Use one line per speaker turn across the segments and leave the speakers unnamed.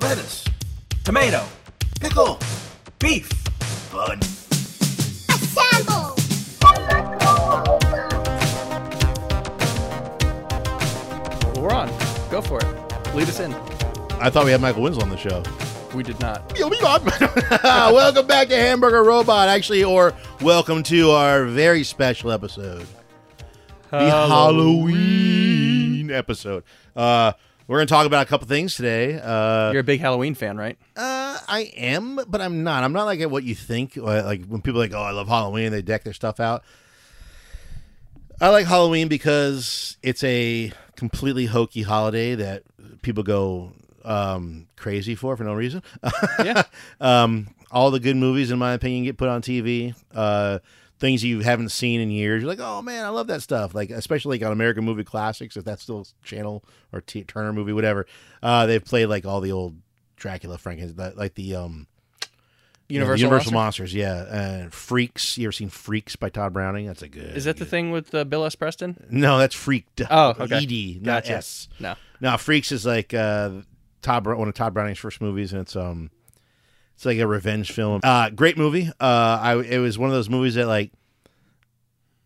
lettuce,
tomato,
pickle,
beef,
bun.
Oh
Assemble!
Well, we're on. Go for it. Lead us in.
I thought we had Michael Winslow on the show.
We did not.
You'll be on. welcome back to Hamburger Robot, actually, or welcome to our very special episode, the Halloween episode. Uh, we're going to talk about a couple things today. Uh,
You're a big Halloween fan, right?
uh, I am, but I'm not. I'm not like at what you think. uh, Like when people are like, oh, I love Halloween, they deck their stuff out. I like Halloween because it's a completely hokey holiday that people go um, crazy for for no reason.
Yeah.
Um, all the good movies, in my opinion, get put on TV. Uh, things you haven't seen in years, you're like, oh man, I love that stuff. Like especially like on American Movie Classics, if that's still channel or T- Turner movie, whatever. Uh, they've played like all the old Dracula, Frankenstein, like the um,
Universal.
Universal
Monsters?
Monsters, yeah. Uh, Freaks. You ever seen Freaks by Todd Browning? That's a good.
Is that the thing with uh, Bill S. Preston?
No, that's Freaked. E
Oh, okay.
ED, not
Gotcha.
S.
No.
No, Freaks is like uh, Todd Br- one of Todd Browning's first movies, and it's um, it's like a revenge film. Uh, great movie. Uh, I it was one of those movies that like,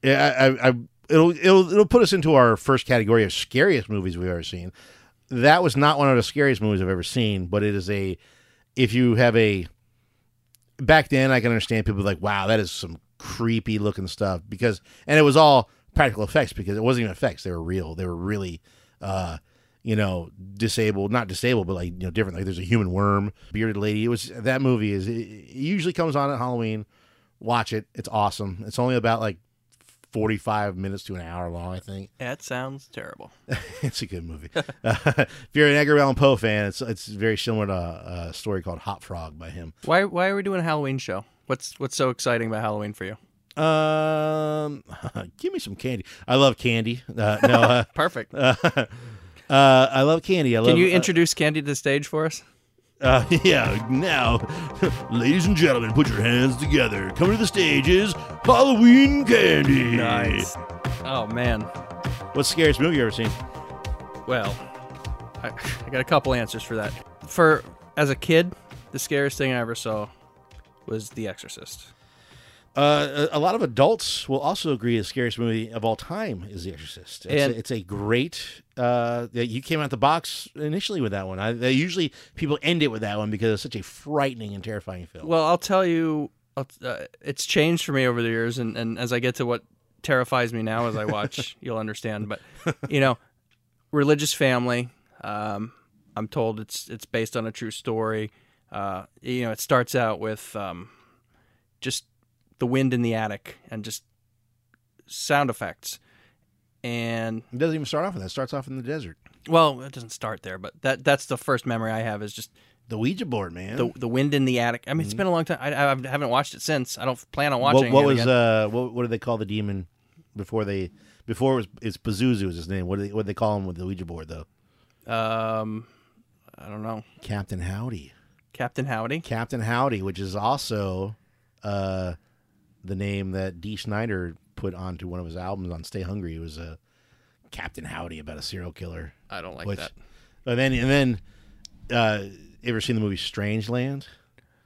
yeah, I, I, I it'll it'll it'll put us into our first category of scariest movies we've ever seen. That was not one of the scariest movies I've ever seen, but it is a if you have a back then I can understand people like, wow, that is some creepy looking stuff because and it was all practical effects because it wasn't even effects. They were real. They were really uh you know, disabled, not disabled, but like, you know, different. Like there's a human worm, bearded lady. It was that movie is it, it usually comes on at Halloween. Watch it. It's awesome. It's only about like 45 minutes to an hour long, I think.
That sounds terrible.
it's a good movie. Uh, if you're an Edgar Allan Poe fan, it's it's very similar to uh, a, a story called Hot Frog by him.
Why? Why are we doing a Halloween show? What's What's so exciting about Halloween for you?
Um, give me some candy. I love candy. Uh, no, uh,
Perfect.
uh, I love candy. I love.
Can you
uh,
introduce Candy to the stage for us?
Uh, yeah. Now, ladies and gentlemen, put your hands together. Coming to the stage is Halloween candy.
Oh man.
What's the scariest movie you ever seen?
Well, I, I got a couple answers for that. For as a kid, the scariest thing I ever saw was The Exorcist.
Uh, a a lot of adults will also agree the scariest movie of all time is The Exorcist. It's,
And-
a, it's a great. Uh, that you came out the box initially with that one. I, they usually people end it with that one because it's such a frightening and terrifying film.
Well, I'll tell you, I'll, uh, it's changed for me over the years, and, and as I get to what terrifies me now as I watch, you'll understand. But you know, religious family. Um, I'm told it's it's based on a true story. Uh, you know, it starts out with um, just the wind in the attic and just sound effects, and
It doesn't even start off with that. It starts off in the desert.
well, it doesn't start there, but that that's the first memory I have is just
The Ouija board, man.
the the wind in the attic. I mean, it's been a long time. I, I haven't watched it since. I don't plan on watching.
Mm-hmm. what, what
it
was
again.
uh what, what do they call the demon before they before it was it's Pazuzu was his name. What do they what do they call him with the Ouija board though? uh,
Um, I don't know.
Captain Howdy.
Captain Howdy.
Captain Howdy, which is also uh the name that D. Snyder put onto one of his albums on Stay Hungry. It was uh, Captain Howdy about a serial killer.
I don't like
Which-
that.
And then and then uh ever seen the movie Strangeland?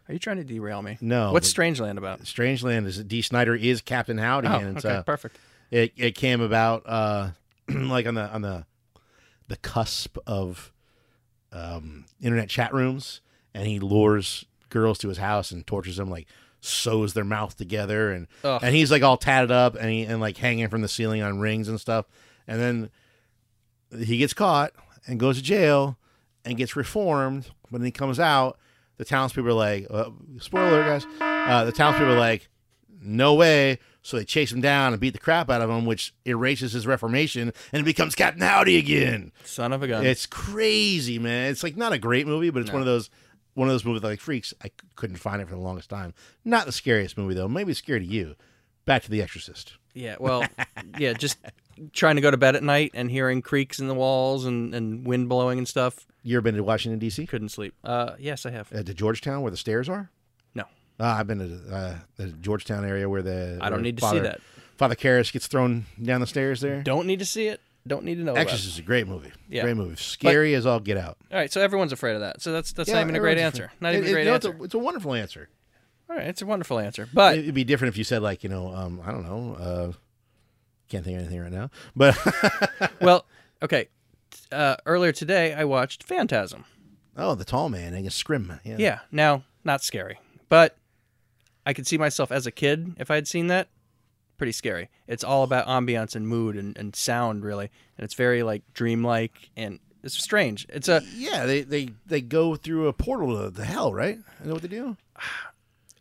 Are you trying to derail me?
No,
What's
but-
Strangeland about?
Strangeland is D. Snyder is Captain Howdy
Oh,
and it's
okay,
uh,
perfect.
it it came about uh like on the on the the cusp of um internet chat rooms and he lures girls to his house and tortures them like sews their mouth together and
Ugh.
and he's like all tatted up and he, and like hanging from the ceiling on rings and stuff and then he gets caught and goes to jail and gets reformed but then he comes out the townspeople are like uh, spoiler guys uh, the townspeople are like no way. So they chase him down and beat the crap out of him, which erases his reformation and it becomes Captain Howdy again.
Son of a gun.
It's crazy, man. It's like not a great movie, but it's one of those one of those movies like Freaks. I c- couldn't find it for the longest time. Not the scariest movie though. Maybe it's scary to you. Back to The Exorcist.
yeah. Well, yeah. Just trying to go to bed at night and hearing creaks in the walls and, and wind blowing and stuff.
You ever been to Washington D.C.
Couldn't sleep. Uh, yes, I have.
Uh, to Georgetown where the stairs are?
No.
Ah, I've been to uh, the Georgetown area where the
I don't
where
need to see
Father-
that.
Father Karras gets thrown down the stairs there.
Don't need to see it. don't need to know. about.
Exorcist is a great movie.
Yeah.
Great movie. Scary as all get out.
All right, so everyone's afraid of that. So that's that's
Yeah,
not even a great
everyone's
answer.
afraid.
Not
It-
even
it-
a great
no, it's
answer.
It's a wonderful answer.
All right, it's a wonderful answer, but
It'd be different if you said like you know um, I don't know uh, can't think of anything right now, but
well, okay. t- Uh, earlier today, I watched Phantasm.
oh the tall man I guess Scrim yeah
Yeah, now not scary, but I could see myself as a kid if I had seen that. Pretty scary. It's all about ambiance and mood and, and sound really, and it's very like dreamlike and it's strange. It's a
yeah they they they go through a portal to the hell right I know what they do.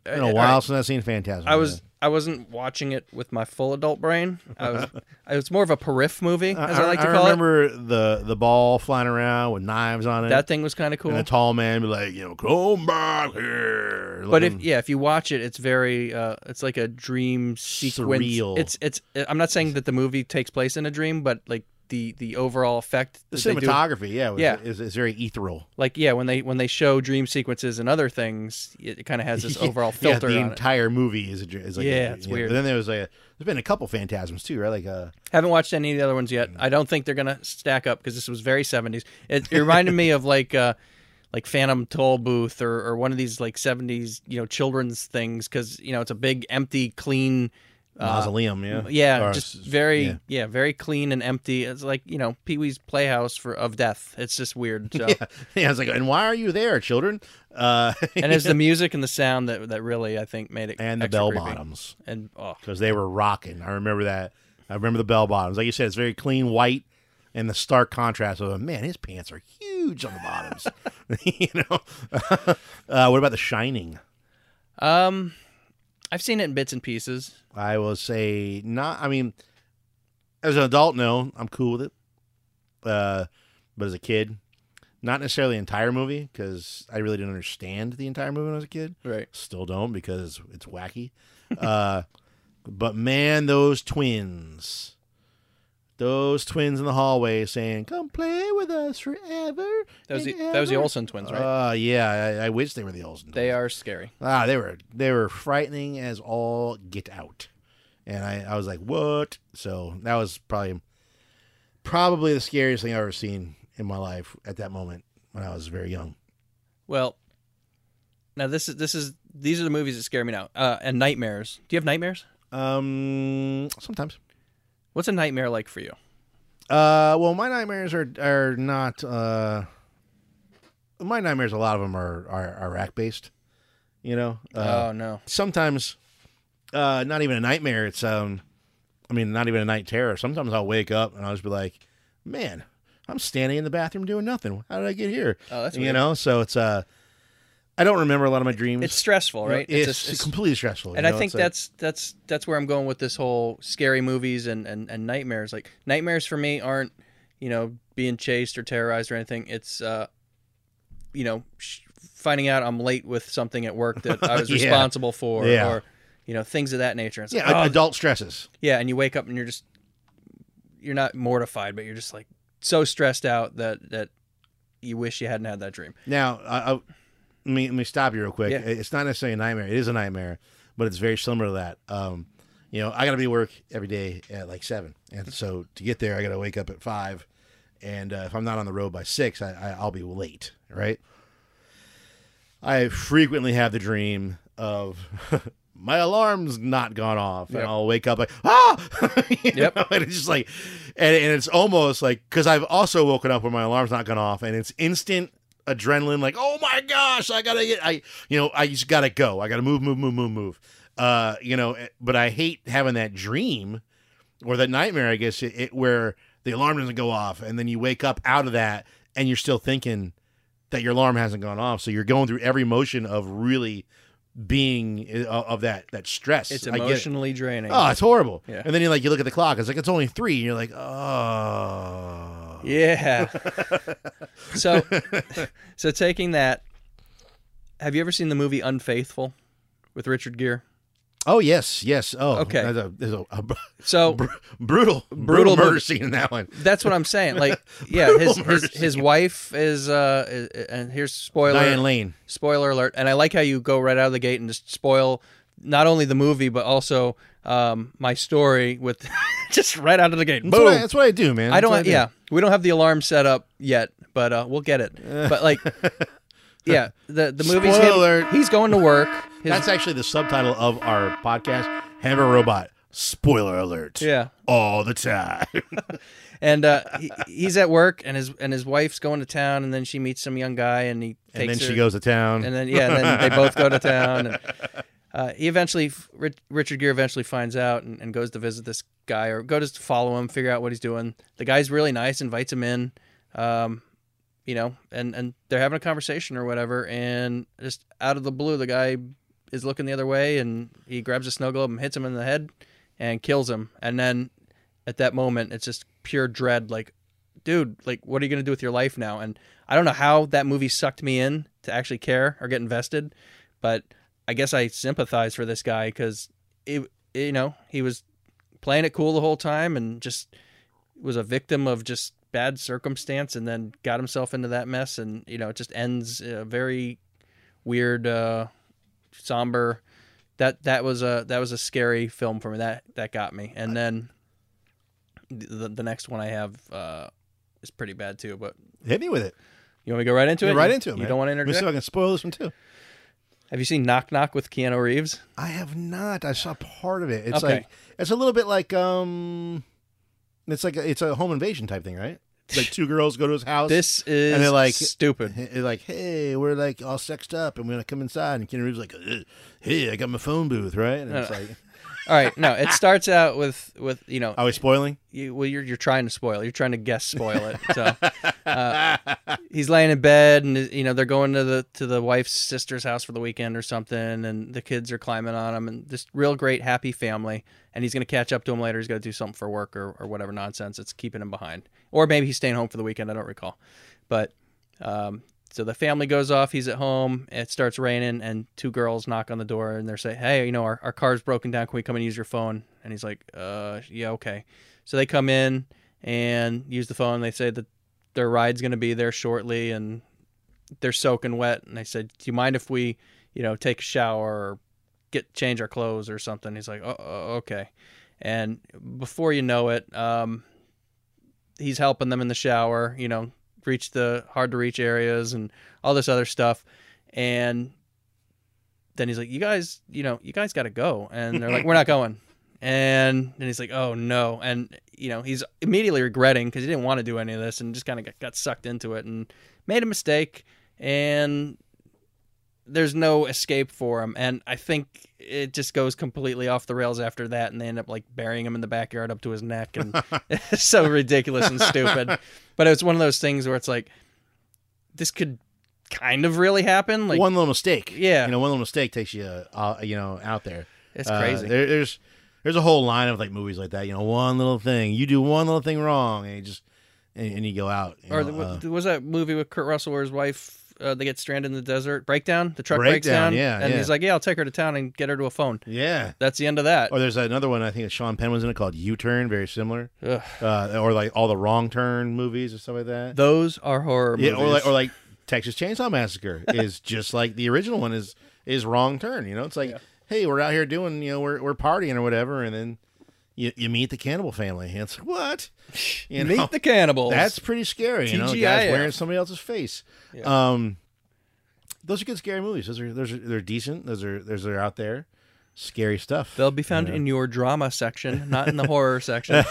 It's been a while since I've seen Phantasm.
I was I wasn't watching it with my full adult brain. I was I was more of a perif movie as I, like to call it.
remember the the ball flying around with knives on it.
That thing was kind of cool.
and a tall man be like, you know, come back here.
But if
Looking-
yeah, if you watch it, it's very uh, it's like a dream sequence.
Surreal.
It's it's. I'm not saying that the movie takes place in a dream, but like the the overall effect.
the
that they do-
cinematography, yeah, was,
Yeah.
is, is very ethereal.
like yeah, when they when they show dream sequences and other things, it, kind of has this overall filter
yeah, the
on it.
entire movie is, a, dr- is like
Yeah,
a,
it's weird.
But then there was like a, there's been a couple phantasms too, right? Like uh,
Haven't watched any of the other ones yet.
Mm.
I don't think they're gonna stack up because this was very 70s. It, it reminded me of like uh like Phantom Toll Booth or or one of these like 70s you know children's things because you know it's a big empty clean. Uh,
mausoleum, yeah,
Yeah,
Or
just
s-
very
yeah.
yeah. very clean and empty. It's like you know Pee Wee's Playhouse for of death. It's just weird. So.
Yeah, I was like, and why are you there, children? Uh,
And it's the music and the sound that that really I think made it
and the
extra
bell
creepy.
bottoms
and oh
because they were rocking. I remember that. I remember the bell bottoms. Like you said, it's very clean white, and the stark contrast of man, his pants are huge on the bottoms. you know, uh, what about The Shining?
um, I've seen it in bits and pieces.
I will say not. I mean, as an adult, no, I'm cool with it. Uh, but as a kid, not necessarily the entire movie because I really didn't understand the entire movie when I was a kid.
Right.
Still don't because it's wacky. uh, but man, those twins, those twins in the hallway saying, "Come play with us forever."
That was the,
and
that was the
ever."
Olsen twins, right?
Uh, yeah, I, I wish they were the Olsen.
they are scary.
Ah, they were they were frightening as all get out, and I, I was like, what? So that was probably probably the scariest thing I've ever seen in my life at that moment when I was very young.
Well, now this is this is these are the movies that scare me now. Uh, and nightmares. Do you have nightmares?
Um, sometimes.
What's a nightmare like for you?
Uh, well, my nightmares are are not. Uh, my nightmares, a lot of them are are, are rack based. You know, uh,
oh no.
sometimes uh not even a nightmare it's um i mean not even a night terror sometimes i'll wake up and i'll just be like man i'm standing in the bathroom doing nothing how did i get here
Oh, that's
you
weird.
know so it's uh i don't remember a lot of my dreams
It's stressful,
You know,
right?
it's,
a- it's-
completely stressful you
and
know,
I think
it's like-
that's that's that's where I'm going with this whole scary movies and, and, and nightmares. Like nightmares for me aren't you know being chased or terrorized or anything. It's uh, you know sh- finding out I'm late with something at work that I was
Yeah.
responsible for,
Yeah.
or you know things of that nature. It's like,
yeah a-
oh,
adult stresses
yeah, and you wake up and you're just you're not mortified, but you're just like so stressed out that that you wish you hadn't had that dream.
now I, I, let me let me stop you real quick
Yeah.
it's not necessarily a nightmare it is a nightmare but it's very similar to that um you know i gotta be at work every day at like seven and so to get there i gotta wake up at five and uh, if I'm not on the road by six, I, I, I'll be late, right? I frequently have the dream of my alarm's not gone off,
Yep.
and I'll wake up like ah, You
Yep.
know, and it's just like, and, and it's almost like because I've also woken up when my alarm's not gone off, and it's instant adrenaline, like oh my gosh, I gotta get, I you know, I just gotta go, I gotta move, move, move, move, move, uh, you know, but I hate having that dream or that nightmare, I guess, it, it where the alarm doesn't go off, and then you wake up out of that, and you're still thinking that your alarm hasn't gone off. So you're going through every motion of really being uh, of that that stress.
It's
I get it.
emotionally draining.
Oh, it's horrible.
Yeah.
And then you like you look at the clock. It's like it's only three. And you're like, oh,
Yeah. so, so taking that, have you ever seen the movie Unfaithful with Richard Gere?
oh yes, yes. Oh,
Okay.
There's a, there's a, a br-
So
br- brutal, brutal,
Brutal
murder
movie.
scene in that one.
that's what I'm saying. Like, yeah,
Brutal
his his,
murder
his wife is uh, is- and here's spoiler
Diane Lane.
spoiler alert. And I like how you go right out of the gate and just spoil not only the movie but also um, my story with just right out of the gate.
That's what, I,
Boom.
that's what I do, man.
I
That's what
don't.
do.
yeah, we don't have the alarm set up yet, but uh, we'll get it. But like, yeah, the the movie's
Spoiler
him-
alert.
he's going to work. His-
That's actually the subtitle of our podcast, Hammer Robot. Spoiler alert.
yeah,
All the time.
and uh, he, he's at work, and his and his wife's going to town, and then she meets some young guy, and he takes
and then
her,
she goes to town.
and then yeah, and then they both go to town. And, uh, he eventually, Rich, Richard Gere eventually finds out and, and goes to visit this guy or goes to follow him, figure out what he's doing. The guy's really nice, invites him in, um, you know, and and they're having a conversation or whatever. And just out of the blue, the guy is looking the other way, and he grabs a snow globe and hits him in the head and kills him. And then at that moment, it's just pure dread, like. Dude, like, what are you gonna do with your life now? And I don't know how that movie sucked me in to actually care or get invested, but I guess I sympathize for this guy because it, you know, he was playing it cool the whole time and just was a victim of just bad circumstance and then got himself into that mess and you know it just ends a very weird, uh, somber. That that was a that was a scary film for me. That that got me. And then the the next one I have uh, is pretty bad too. But
Hit me with it.
you want me to go right into
Get
it?
right
You-
into it,
You
man.
don't want to
Let me see
interject?
if I can spoil this one too.
Have you seen Knock Knock with Keanu Reeves?
I have not. I saw part of it. It's
Okay.
like it's a little bit like um it's like a, it's a home invasion type thing, right? It's like two girls go to his house.
This is
they're like-
stupid.
Hey, like, hey, we're like all sexed up, and we're gonna come inside. And Keanu Reeves like, "Ugh, hey, I got my phone booth, right? And
Uh.
it's like,
All right, no, it starts out with with you know,
are we spoiling?
you, well you're you're trying to spoil, it. you're trying to guess spoil it. So uh, he's laying in bed, and you know they're going to the to the wife's sister's house for the weekend or something, and the kids are climbing on him, and this real great happy family. And he's gonna catch up to him later. He's gotta do something for work or or whatever nonsense. It's keeping him behind, or maybe he's staying home for the weekend. I don't recall, but Um, so the family goes off. He's at home. It starts raining, and two girls knock on the door, and they're saying, "Hey, you know, our, our car's broken down. Can we come and use your phone?" And he's like, "Uh, yeah, okay." So they come in and use the phone. They say that their ride's going to be there shortly, and they're soaking wet. And they said, "Do you mind if we, you know, take a shower or get change our clothes or something?" He's like, "Oh, oh, okay." And before you know it, um, he's helping them in the shower. You know, reach the hard to reach areas and all this other stuff. And then he's like, "You guys, you know, you guys got to go." And they're like, "We're not going." And then he's like, "Oh no!" And you know, he's immediately regretting because he didn't want to do any of this and just kind of got, got sucked into it and made a mistake. And there's no escape for him. And I think it just goes completely off the rails after that. And they end up like burying him in the backyard up to his neck. And it's so ridiculous and stupid. But it's one of those things where it's like, this could kind of really happen. Like,
one little mistake,
Yeah.
you know, one little mistake takes you, uh, uh, you know, out there.
it's
Uh,
crazy.
there, there's there's a whole line of like movies like that. You know, one little thing, you do one little thing wrong, and you just and, and you go out. you
or
know,
the,
uh,
what was that movie with Kurt Russell where his wife uh, they get stranded in the desert? Breakdown. The truck breaks
Breakdown,
down.
yeah,
and
yeah.
he's like, "Yeah, I'll take her to town and get her to a phone."
yeah.
That's the end of that.
Or there's another one I think that Sean Penn was in it called U Turn, very similar.
Ugh.
Uh, or like all the wrong turn movies or stuff like that.
Those are horror
yeah,
movies.
or like or like Texas Chainsaw Massacre is just like the original one is is wrong turn. You know, it's like hey, we're out here doing you know we're we're partying or whatever, and then you you meet the cannibal family. And it's like, what you know
Meet the Cannibals.
that's pretty scary. You know, the guys
TGIF.
wearing somebody else's face. Um, those are good scary movies. Those are those are they're decent. Those are those are out there. Scary stuff.
They'll be found in your drama section, not in the horror
Um,
section.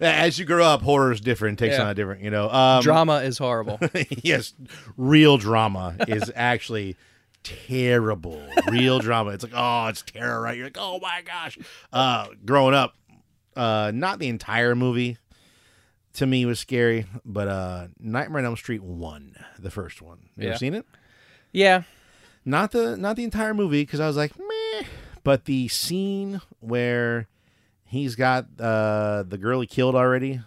As you grow up, horror is different. Takes
Yeah.
on a different, you know. Um,
drama is horrible.
yes, real drama is actually terrible. Real drama. It's like, oh, it's terror, right? You're like, oh my gosh. Uh, growing up, uh, not the entire movie to me was scary, but uh, Nightmare on Elm Street one, the first one. You
Yeah.
ever seen it?
Yeah.
Not the not the entire movie because I was like, meh. But the scene where he's got uh, the girl he killed already,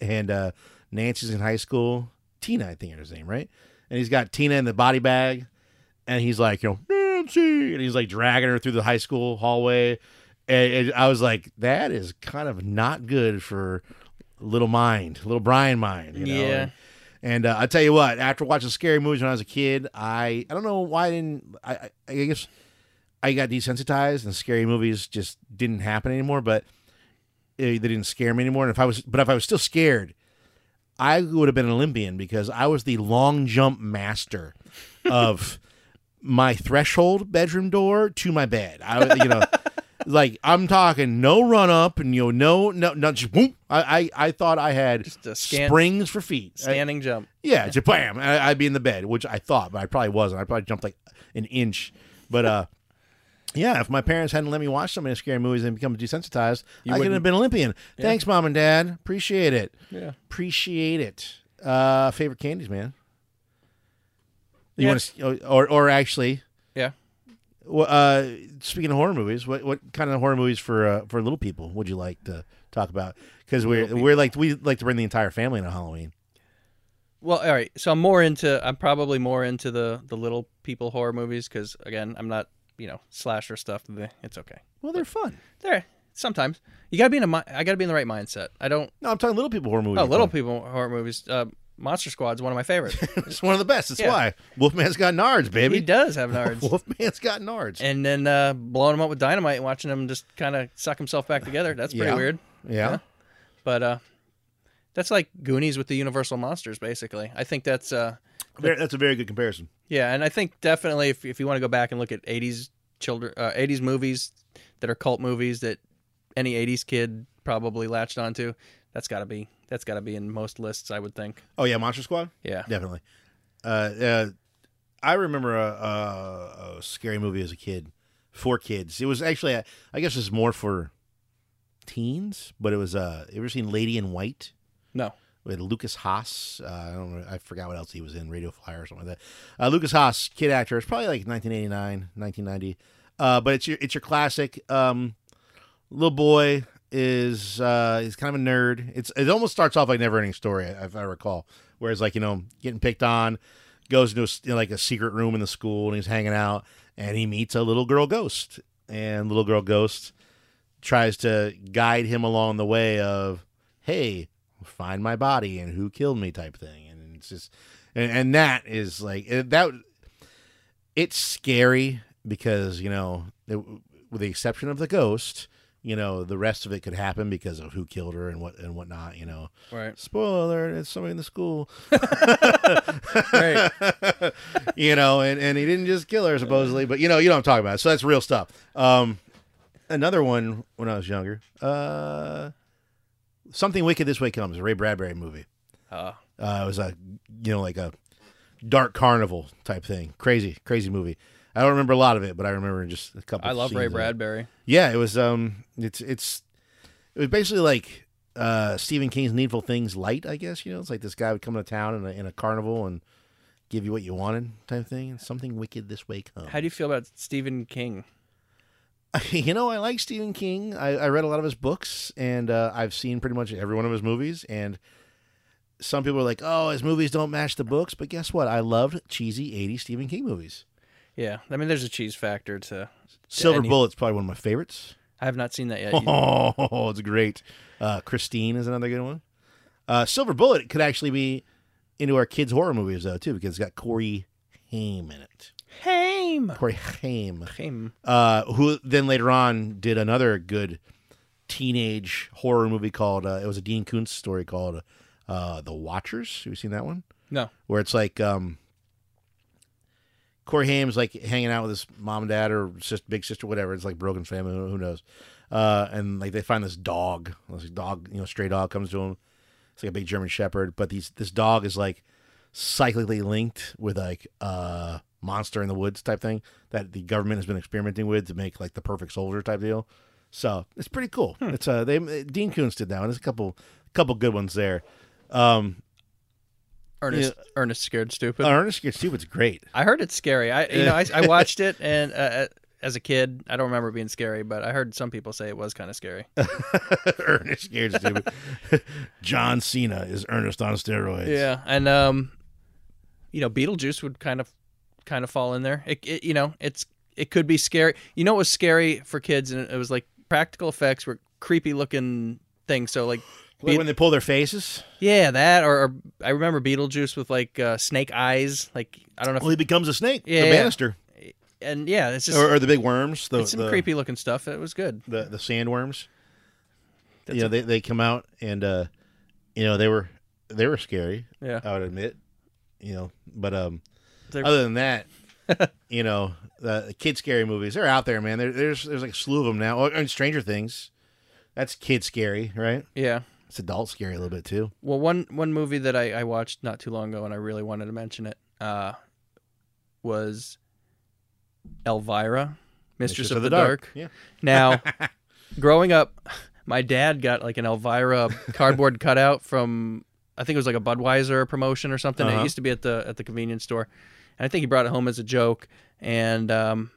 and uh, Nancy's in high school. Tina, I think is her name, right? And he's got Tina in the body bag, and he's like, you know, Nancy, and he's like dragging her through the high school hallway. And, and I was like, that is kind of not good for little mind, little Brian mind, you know.
Yeah.
And uh, I tell you what, after watching scary movies when I was a kid, I I don't know why I didn't I I, I guess I got desensitized and scary movies just didn't happen anymore. But eh, they didn't scare me anymore. And if I was, but if I was still scared, I would have been an Olympian because I was the long jump master of my threshold bedroom door to my bed. I, you know, like I'm talking no run up and you know no no no just boom. I I, I thought I had
Just a scan-
springs for feet. I-
Standing jump.
yeah, just bam, I, I'd be in the bed, which I thought, but I probably wasn't. I probably jumped like an inch. But uh, yeah, if my parents hadn't let me watch so many scary movies and become desensitized, I could
wouldn't-
have been Olympian. Thanks, mom and dad. Appreciate it.
Yeah.
Appreciate it. Uh, favorite candies, man. You
Yeah.
want to, oh, or or actually,
Yeah.
wh- uh, speaking of horror movies, what what kind of horror movies for uh, for little people would you like to talk about? Because we're we're like we like to bring the entire family on Halloween.
Well, all right. So I'm more into. I'm probably more into the the little people horror movies because again, I'm not you know slasher stuff. Bleh, It's okay.
Well, they're fun.
There. Sometimes you gotta be in a. mi- I gotta be in the right mindset. I don't.
No, I'm talking little people horror movies.
Oh,
are
little
fun.
people horror movies. Uh, Monster Squad's one of my favorites.
It's one of the best. That's
Yeah.
why Wolfman's got nards,
he
baby.
does have nards.
Wolfman's got nards.
and then uh, blowing him up with dynamite and watching him just kind of suck himself back together. That's pretty
Yeah.
weird.
yeah.
But uh, that's like Goonies with the Universal monsters, basically. I think that's uh,
Very- that's a very good comparison.
yeah, and I think definitely if if you want to go back and look at '80s children, uh, '80s movies that are cult movies that any '80s kid probably latched onto, that's got to be that's got to be in most lists, I would think.
Oh yeah, Monster Squad,
Yeah,
definitely. Uh, uh, I remember a, a, a scary movie as a kid for kids. It was actually, I guess, it's more for teens. But it was. Uh, you ever seen Lady in White?
no,
with Lucas Haas. Uh, I don't know. I forgot what else he was in. Radio Flyer or something like that. Uh, Lucas Haas, kid actor. It's probably like 1989, 1990. Uh, but it's your it's your classic. Um, little boy is uh, he's kind of a nerd. It's it almost starts off like never ending story, if I recall. Whereas like you know getting picked on, goes into a s like a secret room in the school and he's hanging out and he meets a little girl ghost and little girl ghost tries to guide him along the way of hey find my body and who killed me type thing and it's just and, and that is like it- that it's scary because you know it, with the exception of the ghost you know the rest of it could happen because of who killed her and what and whatnot you know
right,
spoiler alert, it's somebody in the school
right.
you know, and, and he didn't just kill her supposedly, but you know, you know what I'm talking about. So that's real stuff. Um, another one when I was younger, uh, something wicked this way comes, a Ray Bradbury movie.
Uh,
Uh, it was a you know like a dark carnival type thing, crazy crazy movie. I don't remember a lot of it, but I remember just a couple.
I love Ray
scenes of it.
Bradbury.
Yeah, it was. Um, it's it's it was basically like uh Stephen King's Needful Things light, I guess. You know, it's like this guy would come to town in a, in a carnival and give you what you wanted, type thing. And something wicked this way comes.
How do you feel about Stephen King?
you know, I like Stephen King. I, I read a lot of his books, and uh, I've seen pretty much every one of his movies. And some people are like, "Oh, his movies don't match the books," but guess what? I loved cheesy '80s Stephen King movies.
Yeah, I mean, there's a cheese factor to.
Silver
any-
Bullet's probably one of my favorites.
I have not seen that yet. You-
Oh, it's great. Uh, Christine is another good one. Uh, Silver Bullet could actually be into our kids' horror movies though too, because it's got Corey Haim in it.
Haim.
Corey Haim,
Haim.
uh, who then later on did another good teenage horror movie called uh, it was a Dean Koontz story called uh, The Watchers. Have you seen that one?
No.
where it's like um Corey Haim's like hanging out with his mom and dad or sister, big sister, whatever. It's like broken family, who who knows? Uh, and like they find this dog, this dog, you know, stray dog comes to him. It's like a big German Shepherd, but these this dog is like cyclically linked with like uh monster in the woods type thing that the government has been experimenting with to make like the perfect soldier type deal. So it's pretty cool.
Hmm.
It's uh they Dean Koontz did that one. There's a couple couple good ones there. Um,
Ernest. Ernest scared stupid.
Ernest Gets Stupid's great.
I heard it's scary. I you know I, I watched it and uh, as a kid I don't remember it being scary, but I heard some people say it was kind of scary.
Ernest scared stupid. John Cena is Ernest on steroids.
yeah, and um, you know Beetlejuice would kind of kind of fall in there. It, it you know it's it could be scary. You know it was scary for kids and it was like practical effects were creepy looking things. So like.
Like when they pull their faces,
Yeah, that or, or I remember Beetlejuice with like uh, snake eyes. Like I don't know. If,
well, he becomes a snake.
Yeah,
the
yeah.
banister.
and yeah, it's just
or, or the big worms, the
it's some
the,
creepy looking stuff. It was good.
the the sandworms.
That's
you know,
it.
they they come out and uh, you know they were they were scary.
Yeah.
I would admit. You know, but um,
They're-
other than that, you know, the, the kid scary movies they're out there, man. There, there's there's like a slew of them now. Oh, and Stranger Things, that's kid scary, right?
yeah.
It's adult scary a little bit too.
Well, one one movie that I, I watched not too long ago, and I really wanted to mention it, uh, was Elvira, Mistress, of, the, Dark.
Yeah.
Now, growing up, my dad got like an Elvira cardboard cutout from I think it was like a Budweiser promotion or something.
Uh-huh.
It used to be at the at the convenience store, and I think he brought it home as a joke. And um,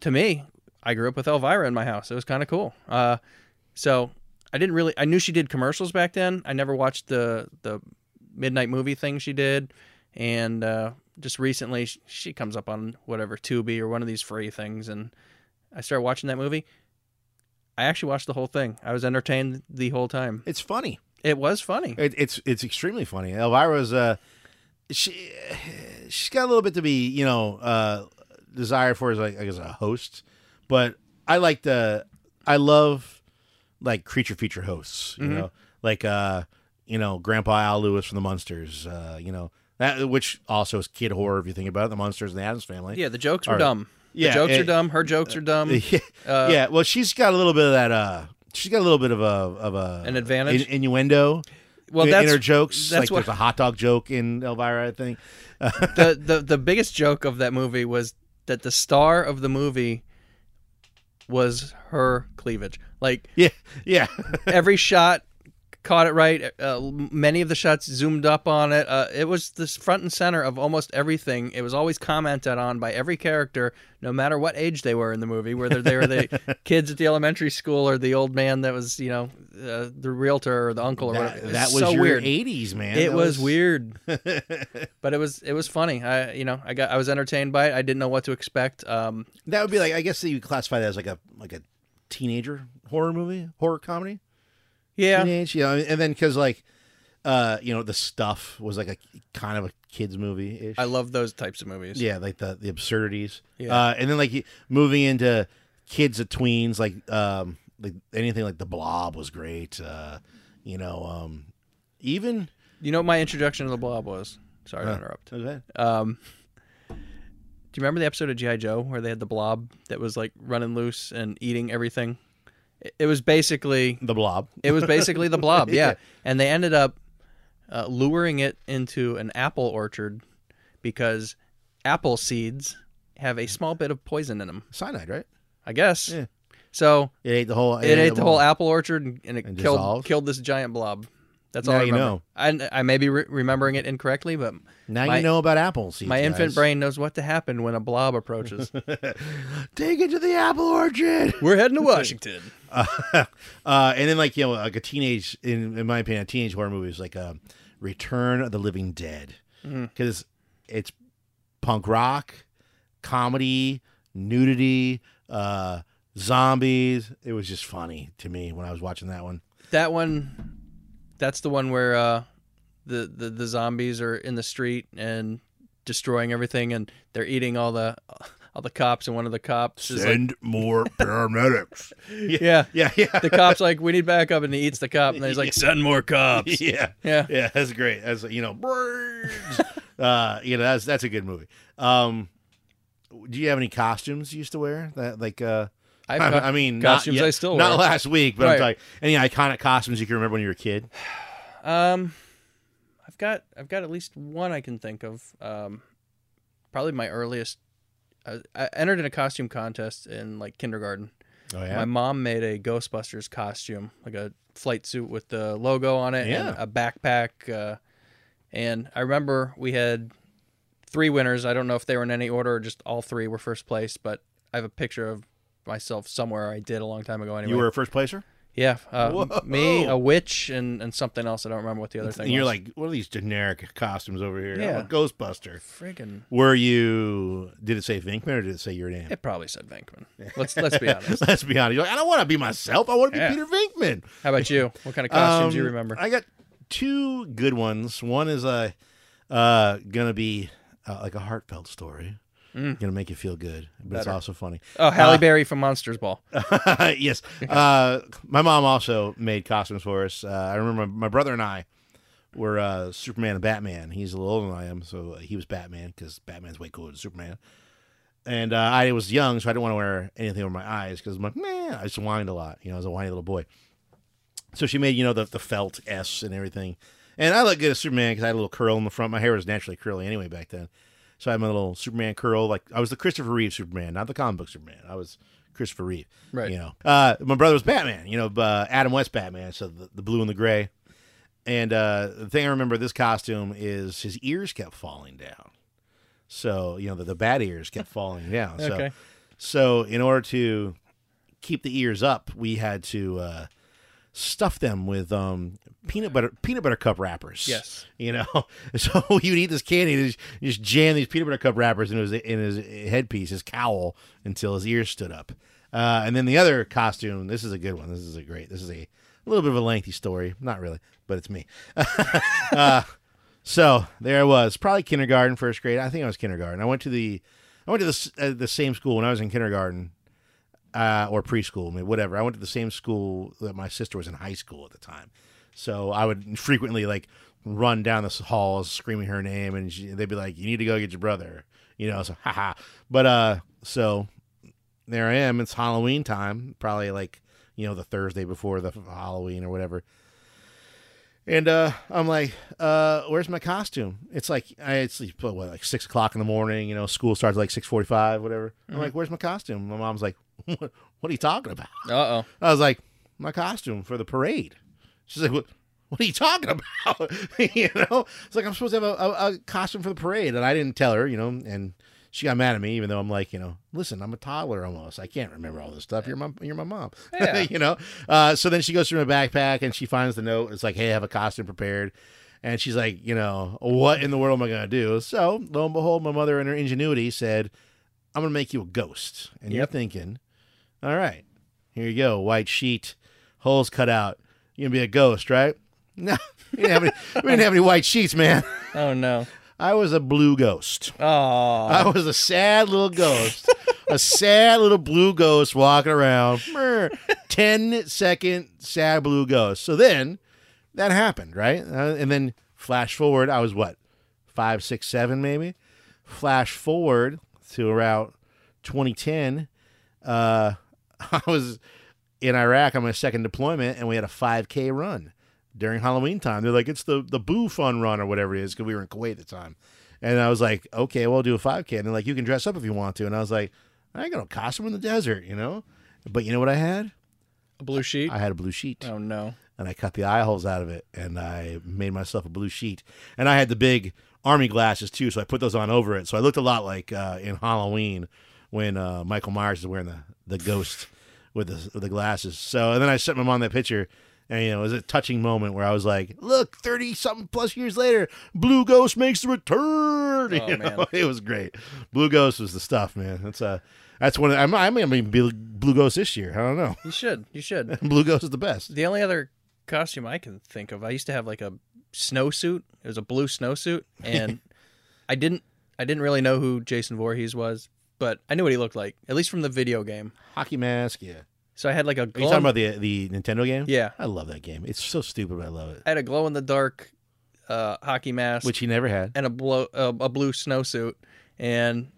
to me, I grew up with Elvira in my house. It was kind of cool. Uh, so I didn't really. I knew she did commercials back then. I never watched the the midnight movie thing she did, and uh, just recently sh- she comes up on whatever Tubi or one of these free things, and I started watching that movie. I actually watched the whole thing. I was entertained the whole time.
It's funny.
It was funny.
It, it's it's extremely funny. Elvira's uh, she she's got a little bit to be you know uh desired for as like I guess a host, but I like the I love like creature feature hosts.
Mm-hmm.
You know, like uh you know Grandpa Al Lewis from the Munsters. Uh, you know that which also is kid horror if you think about it. The Munsters and the Adams Family.
Yeah, the jokes were
Alright.
dumb.
Yeah,
the jokes
it-
are dumb. Her jokes are dumb.
yeah,
Uh,
yeah. Well, she's got a little bit of that. Uh, she's got a little bit of a of a
An advantage?
in- innuendo.
Well,
in-
that's-
in her jokes.
that's
like
what-
there's a hot dog joke in Elvira. I think.
the, the the biggest joke of that movie was that the star of the movie was her cleavage. Like
Yeah, yeah,
every shot caught it right. Uh, many of the shots zoomed up on it. Uh, it was this front and center of almost everything. It was always commented on by every character, no matter what age they were in the movie, whether they were the kids at the elementary school or the old man that was, you know, uh, the realtor or the uncle or whatever. It
that, that was
so
your
weird.
'80s man.
It
That
was, weird, but it was it was funny. I you know I got I was entertained by it. I didn't know what to expect. Um,
That would be like I guess you classify that as like a like a teenager horror movie, horror comedy.
yeah,
Teenage, you know, and then because like, uh, you know, the stuff was like a kind of a kids movie ish.
I love those types of movies.
Yeah, like the the absurdities.
Yeah.
Uh, and then like y- moving into kids to tweens, like um, like anything like the Blob was great. Uh, you know, um, even
You know what my introduction to the Blob was? Sorry to interrupt.
okay.
Um, do you remember the episode of GI Joe where they had the blob that was like running loose and eating everything? It- It was basically
the Blob.
it was basically the blob, yeah.
Yeah.
And they ended up uh, luring it into an apple orchard because apple seeds have a small bit of poison in them,
Cyanide, right?
I guess.
Yeah.
So
It ate the whole.
it ate the whole apple orchard and, and it
And
killed
dissolved?
killed this giant blob. That's all
Now
I
you
remember.
know.
I I may be re- remembering it incorrectly, but
Now
my-
you know about apple seeds.
my infant
guys.
brain knows what to happen when a blob approaches.
Take it to the apple orchard.
We're heading to Washington.
Uh, uh, and then like you know like a teenage in, in my opinion a teenage horror movie is like um, return of the living dead
Mm-hmm.
because it's punk rock comedy nudity uh, zombies it was just funny to me when i was watching that one
That one, that's the one where uh, the, the the zombies are in the street and destroying everything, and they're eating all the all the cops, and one of the cops is like,
more paramedics
yeah,
yeah yeah
the cop's like, we need backup, and he eats the cop, and then he's like, send more cops.
yeah
Yeah,
yeah that's great that's you know birds. uh you know that's that's a good movie um do you have any costumes you used to wear that like uh
I've
I,
got-
I mean, not
costumes
yet-
I still
not
wear.
last week, but I'm talking
Right.
any iconic costumes you can remember when you were a kid.
Um, I've got I've got at least one I can think of. Um, probably my earliest. I, I entered in a costume contest in like kindergarten.
Oh
My mom made a Ghostbusters costume, like a flight suit with the logo on it
Yeah.
and a backpack. Uh, and I remember we had three winners. I don't know if they were in any order or just all three were first place, but I have a picture of myself somewhere I did a long time ago anyway.
you were a first placer,
yeah, uh,
Whoa.
me, a witch, and, and something else. I don't remember what the other thing
and you're
was.
like, what are these generic costumes over here? I'm
Yeah.
a Ghostbuster.
Friggin'
Were you? Did it say Vinkman or did it say your name?
it probably said Venkman. Let's let's be honest.
Let's be honest. You're like, I don't want to be myself. I want to be
Yeah.
Peter Vinkman.
How about you? What kind of costumes do you
Um,
remember?
I got two good ones. One is uh, uh, gonna be uh, like a heartfelt story. Gonna make you feel good, but it's
Mm. Better.
also funny.
Oh, Halle
Uh,
Berry from Monsters Ball.
yes. Uh, my mom also made costumes for us. Uh, I remember my, my brother and I were uh, Superman and Batman. He's a little older than I am, so uh, he was Batman because Batman's way cooler than Superman. And uh, I was young, so I didn't want to wear anything over my eyes because I'm like, man, I just whined a lot. You know, I was a whiny little boy. So she made, you know, the, the felt S and everything. And I look good as Superman because I had a little curl in the front. My hair was naturally curly anyway back then. So I had my little Superman curl. Like I was the Christopher Reeve Superman, not the comic book Superman. I was Christopher Reeve.
Right.
You know, uh, my brother was Batman, you know, uh, Adam West Batman. So the, the blue and the gray. And uh, the thing I remember of this costume is his ears kept falling down. So, you know, the, the bat ears kept falling down. So,
Okay.
so in order to keep the ears up, we had to uh, stuff them with um, peanut butter peanut butter cup wrappers.
Yes.
you know. So you'd eat this candy, and you just, you just jam these peanut butter cup wrappers in his in his headpiece, his cowl, until his ears stood up. Uh, and then the other costume. This is a good one. This is a great. This is a, a little bit of a lengthy story. Not really, but it's me. Uh, So there I was, probably kindergarten, first grade. I think I was kindergarten. I went to the, I went to the s- uh, the same school when I was in kindergarten, uh, or preschool, I mean, whatever. I went to the same school that my sister was in high school at the time. So I would frequently like run down the s- halls screaming her name, and she, they'd be like, "You need to go get your brother," you know. So haha. But uh, so there I am. It's Halloween time, probably like you know the Thursday before the Halloween or whatever. And uh, I'm like, uh, where's my costume? It's like I it's like, what, what, like six o'clock in the morning. You know, school starts at like six forty-five, whatever. I'm like, where's my costume? My mom's like, what, what are you talking about?
Uh oh.
I was like, my costume for the parade. She's like, what? What are you talking about? you know, it's like I'm supposed to have a, a, a costume for the parade, and I didn't tell her. You know, and she got mad at me, even though I'm like, you know, listen, I'm a toddler almost. I can't remember all this stuff. You're my, you're my mom.
Yeah.
you know. Uh, so then she goes through my backpack and she finds the note. It's like, hey, I have a costume prepared. And she's like, you know, what in the world am I gonna do? So lo and behold, my mother and her ingenuity said, I'm gonna make you a ghost. And you're
Yep.
thinking, all right, here you go, white sheet, holes cut out. You're gonna be a ghost, right? No, we didn't have any, we didn't have any white sheets, man.
Oh no.
I was a blue ghost.
Oh.
I was a sad little ghost, a sad little blue ghost walking around. 10 second sad blue ghost. So then that happened, right? Uh, and then flash forward, I was what, five, six, seven, maybe? Flash forward to around 2010. Uh, I was in Iraq on my second deployment, and we had a 5K run during Halloween time. They're like, it's the the Boo Fun Run or whatever it is, because we were in Kuwait at the time. And I was like, okay, well, I'll do a 5K. And they're like, you can dress up if you want to. And I was like, I ain't got no costume in the desert, you know? But you know what I had?
A blue sheet.
I had a blue sheet
Oh no.
and I cut the eye holes out of it, and I made myself a blue sheet. And I had the big army glasses too, so I put those on over it. So I looked a lot like uh, in Halloween when uh, Michael Myers is wearing the, the ghost with the with the glasses. So and then I sent my mom that picture, and you know it was a touching moment where I was like, "Look, thirty something plus years later, Blue Ghost makes the return."
Oh,
You
man.
know, It was great. Blue Ghost was the stuff, man. That's uh, that's one. Of, I might I might be Blue Ghost this year. I don't know.
You should. You should.
Blue Ghost is the best.
The only other costume I can think of, I used to have like a snowsuit. It was a blue snowsuit, and I didn't. I didn't really know who Jason Voorhees was, but I knew what he looked like, at least from the video game.
Hockey mask, yeah.
So I had like a
Are
glow.
you talking about the the Nintendo game?
Yeah.
I love that game. It's so stupid, but I love it.
I had a glow in the dark uh, hockey mask,
Which he never had.
and a blow uh, a blue snowsuit, and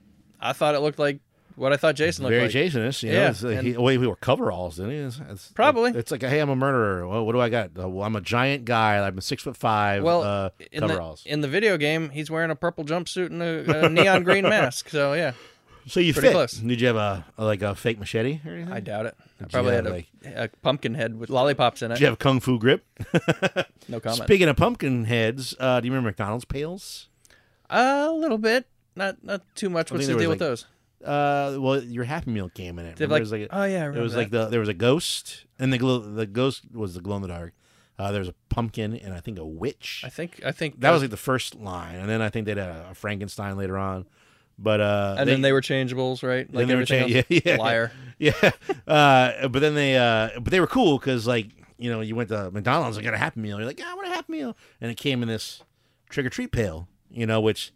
I thought it looked like what I thought Jason looked
Very
like.
Jasonish, you know.
Yeah,
It's like
and-
he, well, he wore coveralls, didn't he? It's, it's-
Probably.
It's like, hey, I'm a murderer. Well, what do I got? Uh, Well, I'm a giant guy. I'm six foot five.
Well,
uh,
in the,
coveralls.
in the video game, he's wearing a purple jumpsuit and a, a neon green mask. So yeah,
so you
pretty
fit.
close.
Did you have a, a- like a fake machete or anything?
I doubt it. I
you
probably
have,
had a, a pumpkin head with lollipops in it.
Did you have kung fu grip?
No comment.
Speaking of pumpkin heads, uh, do you remember McDonald's pails?
a little bit, not not too much. What's
think
the
there
deal
was,
with those?
Uh, well, your Happy Meal came in it.
They're
Remember,
like,
it was like a-
oh yeah, I
It was like the there was a ghost, and the glow, the ghost was the glow in the dark. Uh, there was a pumpkin, and I think a witch.
I think I think
that was like the first line, and then I think they had a, a Frankenstein later on. But uh,
and then they were changeables, right? Like
they were
everything
chang-
else.
yeah, yeah.
Liar.
yeah, uh, but then they uh, but they were cool because like you know you went to McDonald's and got a Happy Meal. You're like, yeah, I want a Happy Meal, and it came in this trick or treat pail, you know, which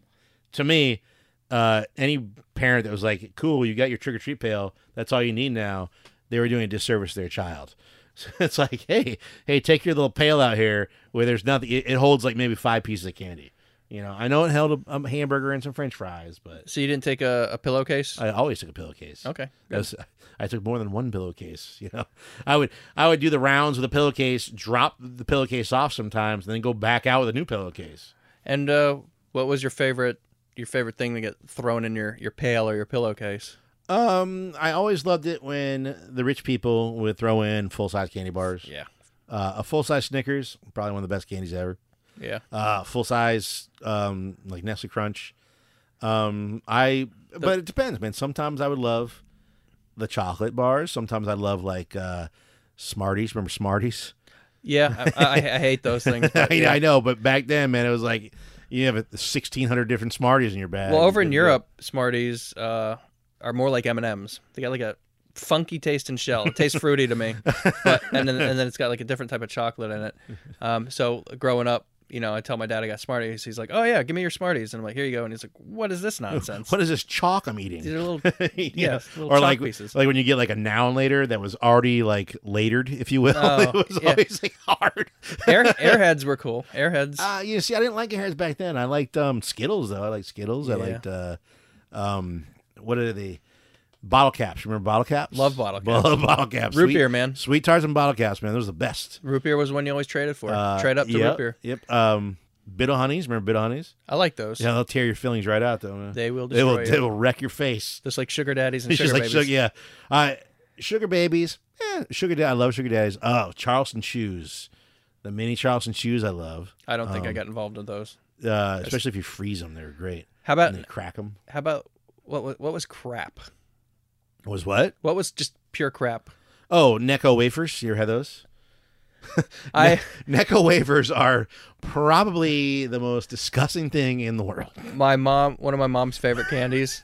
to me uh, any parent that was like, "Cool, you got your trick or treat pail. That's all you need now," they were doing a disservice to their child. So it's like, hey, hey, take your little pail out here where there's nothing. It, it holds like maybe five pieces of candy. You know, I know it held a, a hamburger and some French fries, but
So you didn't take a, a pillowcase?
I always took a pillowcase.
okay.
That was- I took more than one pillowcase. You know, I would I would do the rounds with a pillowcase, drop the pillowcase off sometimes, and then go back out with a new pillowcase.
And uh, what was your favorite your favorite thing to get thrown in your, your pail or your pillowcase?
Um, I always loved it when the rich people would throw in full size candy bars.
Yeah.
Uh, a full size Snickers, probably one of the best candies ever.
Yeah.
Uh, full size, um, like Nestle Crunch. Um, I, but it depends, man. Sometimes I would love the chocolate bars. Sometimes I love like uh, Smarties. Remember Smarties?
Yeah. I, I, I hate those things. but
I,
yeah.
I know, but back then, man, it was like you have sixteen hundred different Smarties in your bag.
Well, over in
Yeah.
Europe, Smarties uh, are more like M and M's. They got like a funky taste and shell. It tastes fruity to me, but, and then and then it's got like a different type of chocolate in it. Um, so growing up, you know, I tell my dad I got Smarties. He's like, "Oh yeah, give me your Smarties," and I'm like, "Here you go," and he's like, "What is this nonsense?"
what is this chalk I'm eating?
These are little
You
yeah,
know?
little
or
chalk
like
pieces.
like when you get like a noun later that was already like latered, if you will.
Oh,
it was
yeah.
always like hard.
air, airheads were cool. Airheads.
Uh, you see, I didn't like hairs back then. I liked um, Skittles though. I liked Skittles. I
Yeah.
liked uh, um, what are the bottle caps? Remember bottle caps?
Love bottle caps.
Love bottle caps.
Root
Sweet-
beer, man.
Sweet tarts and bottle caps, man. Those are the best.
root beer was one you always traded for.
Uh,
Trade up to
yep,
root beer.
Yep. Um, Biddle honeys. Remember biddle honeys?
I like those.
Yeah, they'll tear your fillings right out though. Man.
They will
They will.
destroy you.
They will wreck your face.
Just like sugar daddies and
It's
sugar
just like
babies.
sugar. Yeah. Uh, sugar babies. Eh, sugar dad. I love sugar daddies. Oh, Charleston shoes. The mini Charleston shoes. I love.
I don't think I
Um,
got involved in those.
Uh, especially if you freeze them, they're great.
How about
And they crack them.
how about what wa- what was crap?
Was what?
What was just pure crap?
Oh, Necco wafers. You ever had those?
I
Necco wafers are probably the most disgusting thing in the world.
my mom one of my mom's favorite candies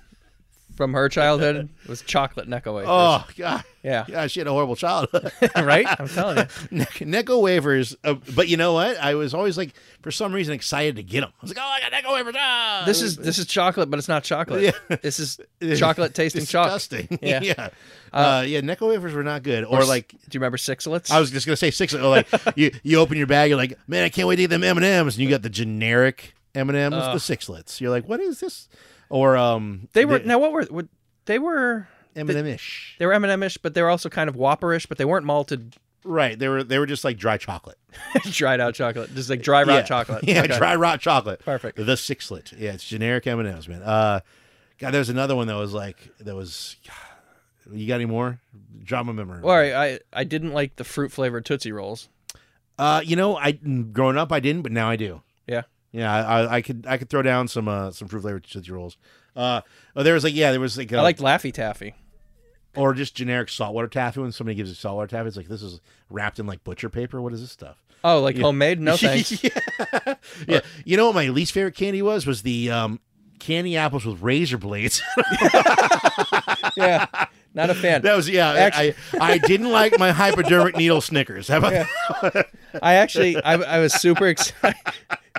from her childhood was chocolate Necco wafers.
Oh God.
yeah,
Yeah, she had a horrible childhood.
right. I'm telling you,
Ne- Necco wafers, uh, but you know what? I was always like, for some reason, excited to get them. I was like, oh, I got Necco wafers. Ah!
this is this is chocolate, but it's not chocolate.
Yeah.
This is chocolate tasting chocolate.
disgusting.
Yeah.
yeah, uh, yeah. Necco wafers were not good. Or, like,
Do you remember Sixlets?
I was just gonna say six. or, Like, you you open your bag, you're like, man, I can't wait to eat them M and M's, and you got the generic M and M's, the sixlets. You're like, what is this? Or um,
they were now what were what, they were
M and M ish.
they were M and M ish, but they were also kind of Whopperish, but they weren't malted,
Right. They were they were just like dry chocolate.
dried out chocolate, just like dry rot
yeah.
chocolate.
Yeah,
Okay.
dry rot chocolate.
Perfect.
The sixlet. Yeah, it's generic M and M's, man. Uh, God, there was another one that was like that was. You got any more? Drop my memory.
Well, all right, I I didn't like the fruit flavored Tootsie Rolls.
Uh, you know, I growing up I didn't, but now I do.
Yeah.
Yeah, I, I, I could I could throw down some uh some fruit flavored tootsie rolls. Uh, oh, there was like yeah, there was like, uh
I liked Laffy Taffy.
or just generic saltwater taffy. When somebody gives you saltwater taffy, it's like this is wrapped in like butcher paper. What is this stuff?
Oh, like homemade? No thanks.
yeah. yeah. You know what my least favorite candy was was the um candy apples with razor blades.
yeah, not a fan.
that was yeah.
Actually-
I I didn't like my hypodermic needle Snickers. How about
I actually, I, I was super excited.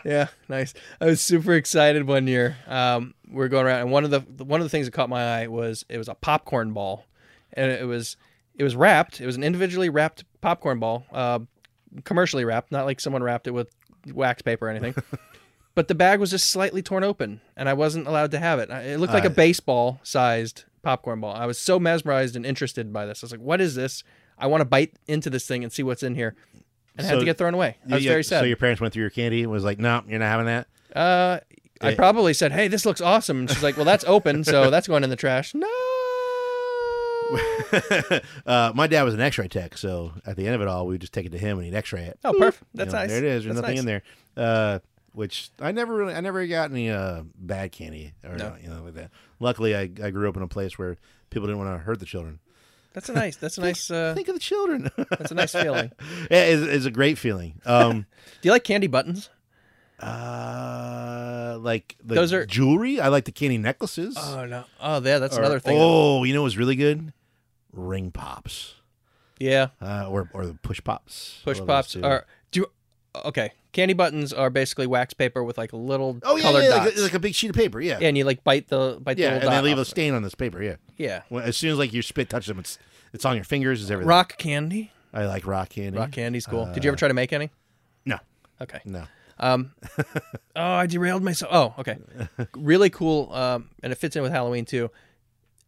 yeah, nice. I was super excited one year. Um, we were going around, and one of the one of the things that caught my eye was it was a popcorn ball, and it was it was wrapped. It was an individually wrapped popcorn ball, uh, commercially wrapped, not like someone wrapped it with wax paper or anything. but the bag was just slightly torn open, and I wasn't allowed to have it. I- It looked like a baseball sized popcorn ball. I was so mesmerized and interested by this. I was like, "What is this? I want to bite into this thing and see what's in here." And it had
So-
to get thrown away. I was
Yeah,
very sad.
So your parents went through your candy and was like, no, you're not having that.
Uh, I
Yeah.
probably said, "Hey, this looks awesome," and she's like, "Well, that's open, so that's going in the trash." No, Oh,
uh, my dad was an X-ray tech, so at the end of it all, we would just take it to him and he'd X-ray it.
oh, perfect. That's
You know,
nice.
There it is. There's
That's
nothing in
nice.
there. Uh, which I never really, I never got any uh, bad candy or
No.
you know like that. Luckily, I, I grew up in a place where people didn't want to hurt the children.
That's a nice. That's a nice. Uh,
Think of the children.
that's a nice feeling.
Yeah, it's, it's a great feeling. Um,
Do you like candy buttons?
uh, like the
Those are-
jewelry. I like the candy necklaces.
no. Oh yeah, that's
Or-
another thing.
Oh, you know what's really good? Ring pops.
Yeah,
Uh, or or the push pops. I
push
love those
pops.
too.
Or do you, okay, candy buttons are basically wax paper with like little
Oh yeah,
colored
yeah, like,
dots,
a, like a big sheet of paper. Yeah,
and you like bite the bite
yeah, and
the little
they
dot
leave a
off.
stain on this paper. Yeah,
yeah.
well, as soon as like your spit touches them, it's it's on your fingers. Is everything?
Rock candy.
I like rock candy.
Rock candy's cool. Did you
Uh,
ever try to make any?
No,
Okay.
no.
Um, oh, I derailed myself. Oh, okay. Really cool. Um, and it fits in with Halloween too.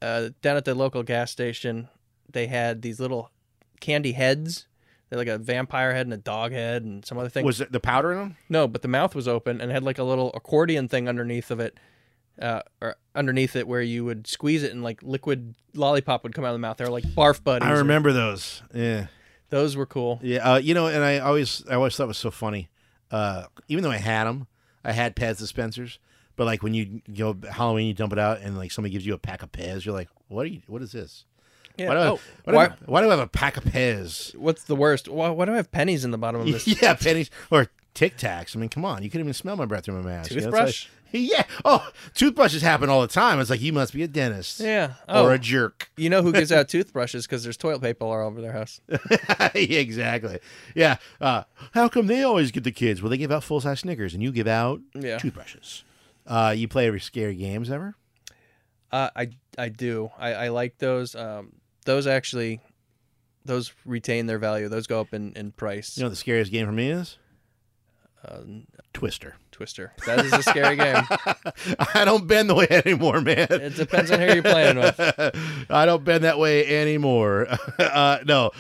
Uh, down at the local gas station, they had these little candy heads. They're like a vampire head and a dog head and some other thing.
Was it the powder in them?
no, but the mouth was open and had like a little accordion thing underneath of it, uh, or underneath it where you would squeeze it and like liquid lollipop would come out of the mouth. They were like barf buddies.
I
or-
remember those. Yeah,
those were cool.
yeah. Uh, you know, and I always I always thought it was so funny. Uh, even though I had them, I had Pez dispensers. But like when you go Halloween, you dump it out, and like somebody gives you a pack of Pez, you're like, "What are you? What is this?
Yeah.
Why do, I,
oh,
why, do I-
why-
why do I have a pack of Pez?
what's the worst? Why, why do I have pennies in the bottom of this?
yeah, pennies or Tic Tacs. I mean, come on, you couldn't even smell my breath through my mask. you know, it's
Toothbrush?
like- yeah. Oh, toothbrushes happen all the time. It's like you must be a dentist.
Yeah. Oh.
Or a jerk.
You know who gives out toothbrushes because there's toilet paper all over their house.
yeah, exactly. Yeah. Uh, how come they always get the kids? Well, they give out full size Snickers, and you give out
Yeah.
toothbrushes. Uh, you play every scary games ever?
Uh, I I do. I, I like those. Um, those actually, those retain their value. Those go up in, in price. uh,
You know what the scariest game for me is Twister.
Twister. That is a scary game.
I don't bend the way anymore, man.
It depends on who you're playing with.
I don't bend that way anymore. uh, no,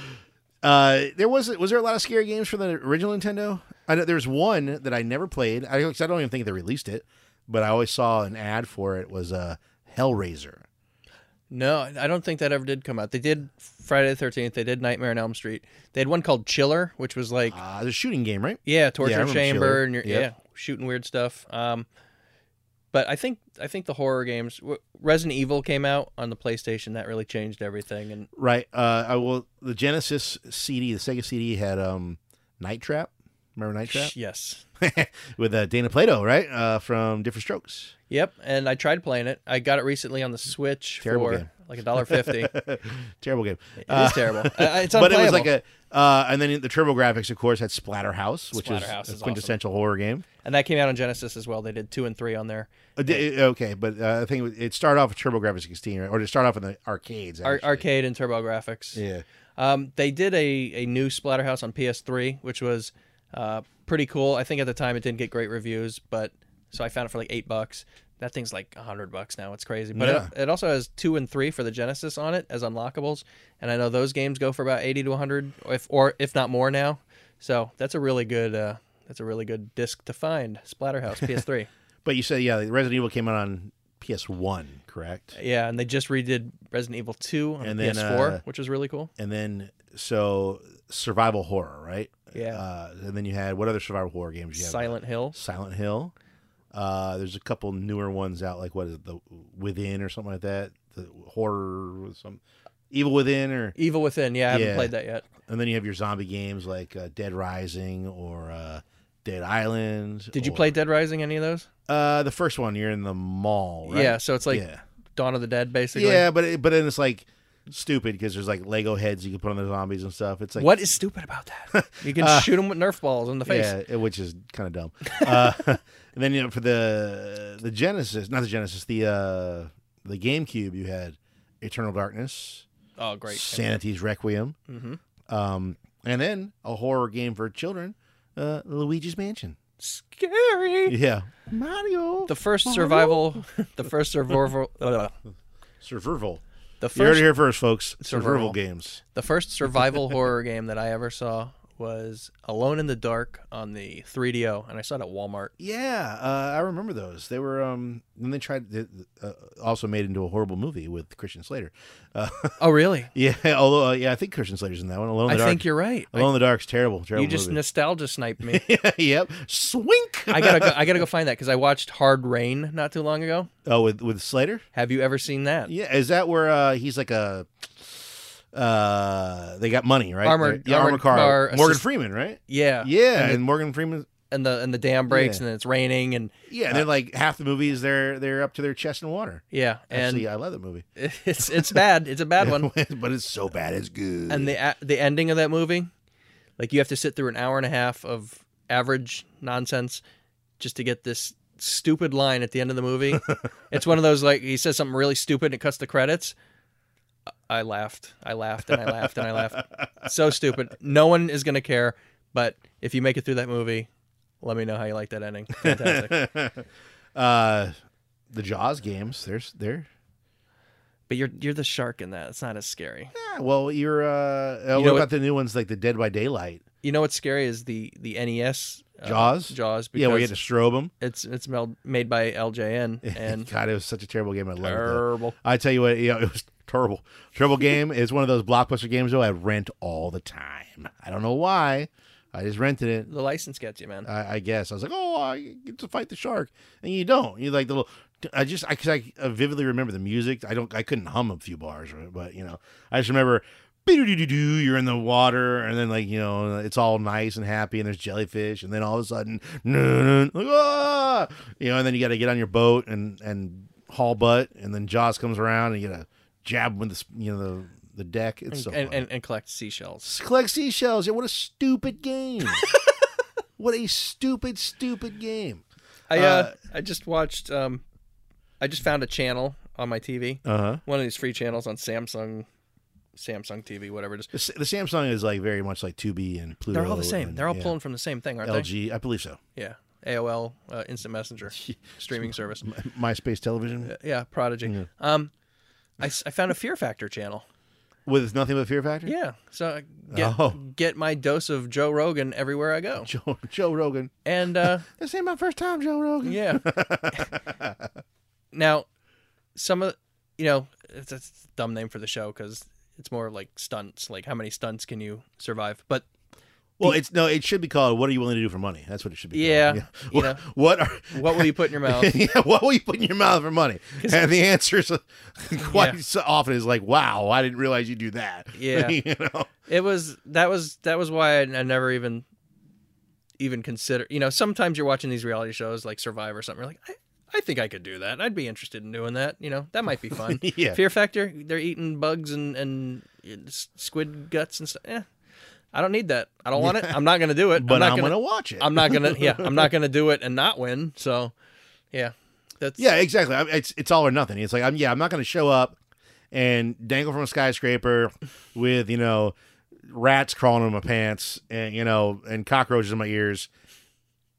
uh, there was was there a lot of scary games for the original Nintendo? I know there was one that I never played. I, 'cause I don't even think they released it, but I always saw an ad for it. Was uh, Hellraiser?
No, I don't think that ever did come out. They did Friday the Thirteenth. They did Nightmare on Elm Street. They had one called Chiller, which was like
Uh, it's a shooting game, right?
yeah, torture
remember
chamber,
Chiller.
and you're
Yep.
yeah shooting weird stuff. Um, but I think I think the horror games. w- Resident Evil came out on the PlayStation. That really changed everything. And
Right. Uh, I will. The Genesis CD, the Sega CD had um, Night Trap. Remember Night Trap
yes,
with uh, Dana Plato, right? Uh, from Different Strokes.
Yep, and I tried playing it. I got it recently on the Switch
Terrible
for
game.
like a dollar fifty. It is
Terrible game.
terrible. Uh, it's
but
unplayable.
it was like a uh, and then the turbo graphics of course had splatterhouse which
Splatterhouse
is a
is
quintessential horror game
and that came out on Genesis as well. They did two and three on there.
Uh, d- okay but uh, i think it was- it started off with turbo graphics 16 right? or it started off in the arcades
Ar-
actually.
arcade and Turbo Graphics.
yeah
Um, they did a, a new Splatterhouse on PS3, which was uh, pretty cool. I think at the time it didn't get great reviews, but so I found it for like eight bucks. That thing's like a hundred bucks now. It's crazy. But it, it also has two and three for the Genesis on it as unlockables, and I know those games go for about eighty to hundred, if or if not more now. So that's a really good uh, that's a really good disc to find. Splatterhouse PS3.
but you said yeah the resident evil came out on ps1 correct
yeah, and they just redid Resident Evil Two on
And
the
then,
PS4,
uh,
which was really cool.
and then so survival horror right
Yeah.
uh, and then you had what other survival horror games you have
Silent Hill.
silent hill uh, there's a couple newer ones out like what is it the within or something like that the horror with some evil within or
Evil Within, yeah, I haven't
Yeah.
played that yet.
And then you have your zombie games like uh, Dead Rising or uh, Dead Island.
Did you
or-
play Dead Rising? Any of those?
uh, the first one? You're in the mall, right?
Yeah, so it's like
yeah,
Dawn of the Dead, basically.
yeah, but it, but then it's like stupid because there's like Lego heads you can put on the zombies and stuff. It's like Uh,
what is stupid about that? You can shoot 'em shoot them with Nerf balls in the face.
Yeah, it- which is kind of dumb. uh, and then you know for the the Genesis, not the Genesis, the uh, the GameCube, you had Eternal Darkness,
Oh, great.
Sanity's Requiem,
Mhm.
um, and then a horror game for children, uh, Luigi's Mansion.
Scary.
Yeah. Mario.
The first survival, the first survival,
survival.
the
You heard it
first,
here first, folks. Survival,
Survival.
games.
the first survival horror game that I ever saw was Alone in the Dark on the 3DO, and I saw it at Walmart.
Yeah, uh, I remember those. They were um then they tried they, uh, also made into a horrible movie with Christian Slater. Uh,
Oh, really?
yeah, although uh, yeah, I think Christian Slater's in that one. Alone in
I
the Dark.
think you're right. I-
Alone in the Dark's terrible. Terrible.
you just
movie.
nostalgia sniped me.
yep. Swink.
I gotta go. I gotta go find that because I watched Hard Rain not too long ago.
oh, with with Slater.
Have you ever seen that?
Yeah, is that where uh, he's like a uh they got money right
Armored-
yeah,
armored car
Morgan
assist-
Freeman right
Yeah.
yeah
And the-
and Morgan Freeman
and the and the dam breaks
Yeah.
and then it's raining and
yeah and then like half the movies they're they're up to their chest in water
yeah and
Actually, uh, I love that movie.
it's it's bad it's a bad one
but it's so bad, it's good.
and the a- the ending of that movie like you have to sit through an hour and a half of average nonsense just to get this stupid line at the end of the movie. it's one of those like he says something really stupid and it cuts the credits. I laughed. I laughed and I laughed and I laughed. So stupid. No one is going to care, but if you make it through that movie, let me know how you like that ending. Fantastic.
uh, the Jaws games. There's there.
but you're you're the shark in that. It's not as scary.
Yeah, well, you're. Uh, uh, what
know
about
what-
the new ones like the Dead by Daylight?
You know what's scary is the the NES uh,
Jaws?
Jaws because
Yeah, we had to strobe them.
it's it's mel- made by LJN and
God, it was such a terrible game. I love it. though.
terrible.
I tell you what, you know, it was terrible. Terrible game. It's one of those blockbuster games though. I rent all the time. I don't know why. I just rented it.
The license gets you, man.
I, I guess I was like, oh, I get to fight the shark, and you don't. You like the little. I just I, cause I vividly remember the music. I don't. I couldn't hum a few bars, right? but you know, I just remember. "Bee-doo-doo-doo-doo," You're in the water, and then like you know, it's all nice and happy, and there's jellyfish, and then all of a sudden, "Nun-nun," like, "Ah!" you know, and then you got to get on your boat and and haul butt, and then Jaws comes around, and you got to jab him with the s- you know the the deck. It's so
and,
funny.
and, and collect seashells.
Collect seashells. Yeah, what a stupid game. what a stupid, stupid game.
I uh,
Uh,
I just watched um, I just found a channel on my TV,
Uh huh.
one of these free channels on Samsung, Samsung TV, whatever. Just
The, S- the Samsung is like very much like Tubi and Pluto.
they're all the same.
and-
They're all
yeah,
pulling from the same thing, aren't
LG. I believe so.
they? Yeah. AOL uh, Instant Messenger streaming service.
MySpace television
Yeah, Prodigy. Um, I, s- I found a Fear Factor channel.
with nothing but Fear Factor.
Yeah, so I get
Oh.
get my dose of Joe Rogan everywhere I go.
Joe Joe Rogan.
And uh,
This ain't my first time, Joe Rogan.
yeah, now some of you know it's a dumb name for the show because it's more like stunts. Like how many stunts can you survive? But
Well, it's no. It should be called "What Are You Willing to Do for Money." That's what it should be.
Yeah,
Called.
you
What,
know.
what are?
what will you put in your mouth?
yeah, what will you put in your mouth for money? And the answer is uh, quite
Yeah.
so often is like, "Wow, I didn't realize you do that."
Yeah.
you know.
it was that was that was why I, I never even even consider you know sometimes you're watching these reality shows like survivor or something you're like I, I think i could do that i'd be interested in doing that you know that might be fun
Yeah.
fear factor they're eating bugs and and s- squid guts and stuff eh, i don't need that i don't want it i'm not gonna do it
But
I'm not
I'm
gonna,
gonna watch it.
i'm not gonna yeah i'm not gonna do it and not win so yeah that's
Yeah, exactly. I- It's it's all or nothing. It's like I'm yeah, I'm not going to show up and dangle from a skyscraper with you know rats crawling in my pants and you know and cockroaches in my ears,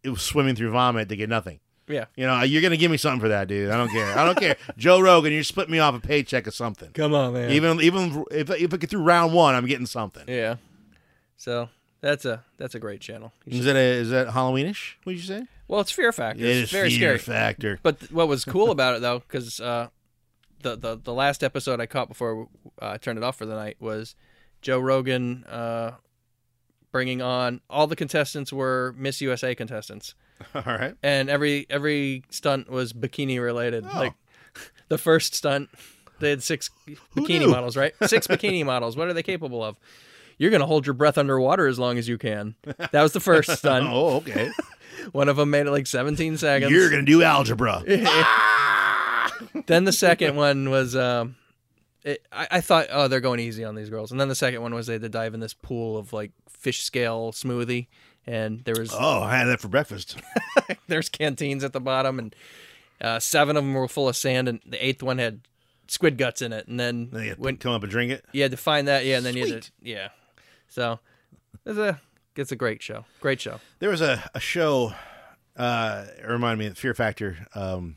it was swimming through vomit to get nothing.
yeah
You know, you're going to give me something for that, dude. I don't care. I don't care. Joe Rogan, you're splitting me off a paycheck or something.
come on man
Even even if if I get through round one, I'm getting something.
yeah so that's a that's a great channel You should-
Is that a, is that Halloweenish? Would you say?
well it's fear factor
It
it's
is
very
fear
scary
factor.
But th- what was cool about it though, because uh, the, the the last episode I caught before uh, I turned it off for the night was Joe Rogan uh, bringing on all the contestants were Miss USA contestants,
All right.
and every every stunt was bikini related.
Oh.
Like the first stunt, they had six bikini
knew?
models, right? Six bikini models. What are they capable of? You're gonna hold your breath underwater as long as you can. That was the first stunt.
Oh, okay.
One of them made it like 17 seconds.
You're going to do algebra.
then the second one was um it, I, I thought oh they're going easy on these girls and then the second one was they had to dive in this pool of like fish scale smoothie and there was
Oh, I had that for breakfast.
there's canteens at the bottom and uh, seven of them were full of sand and the eighth one had squid guts in it and then
Then you
when
come up and drink it.
you had to find that yeah and then you had to
Sweet.
yeah so it's a it's a great show great show
There was a, a show, uh, it reminded me of Fear Factor, um,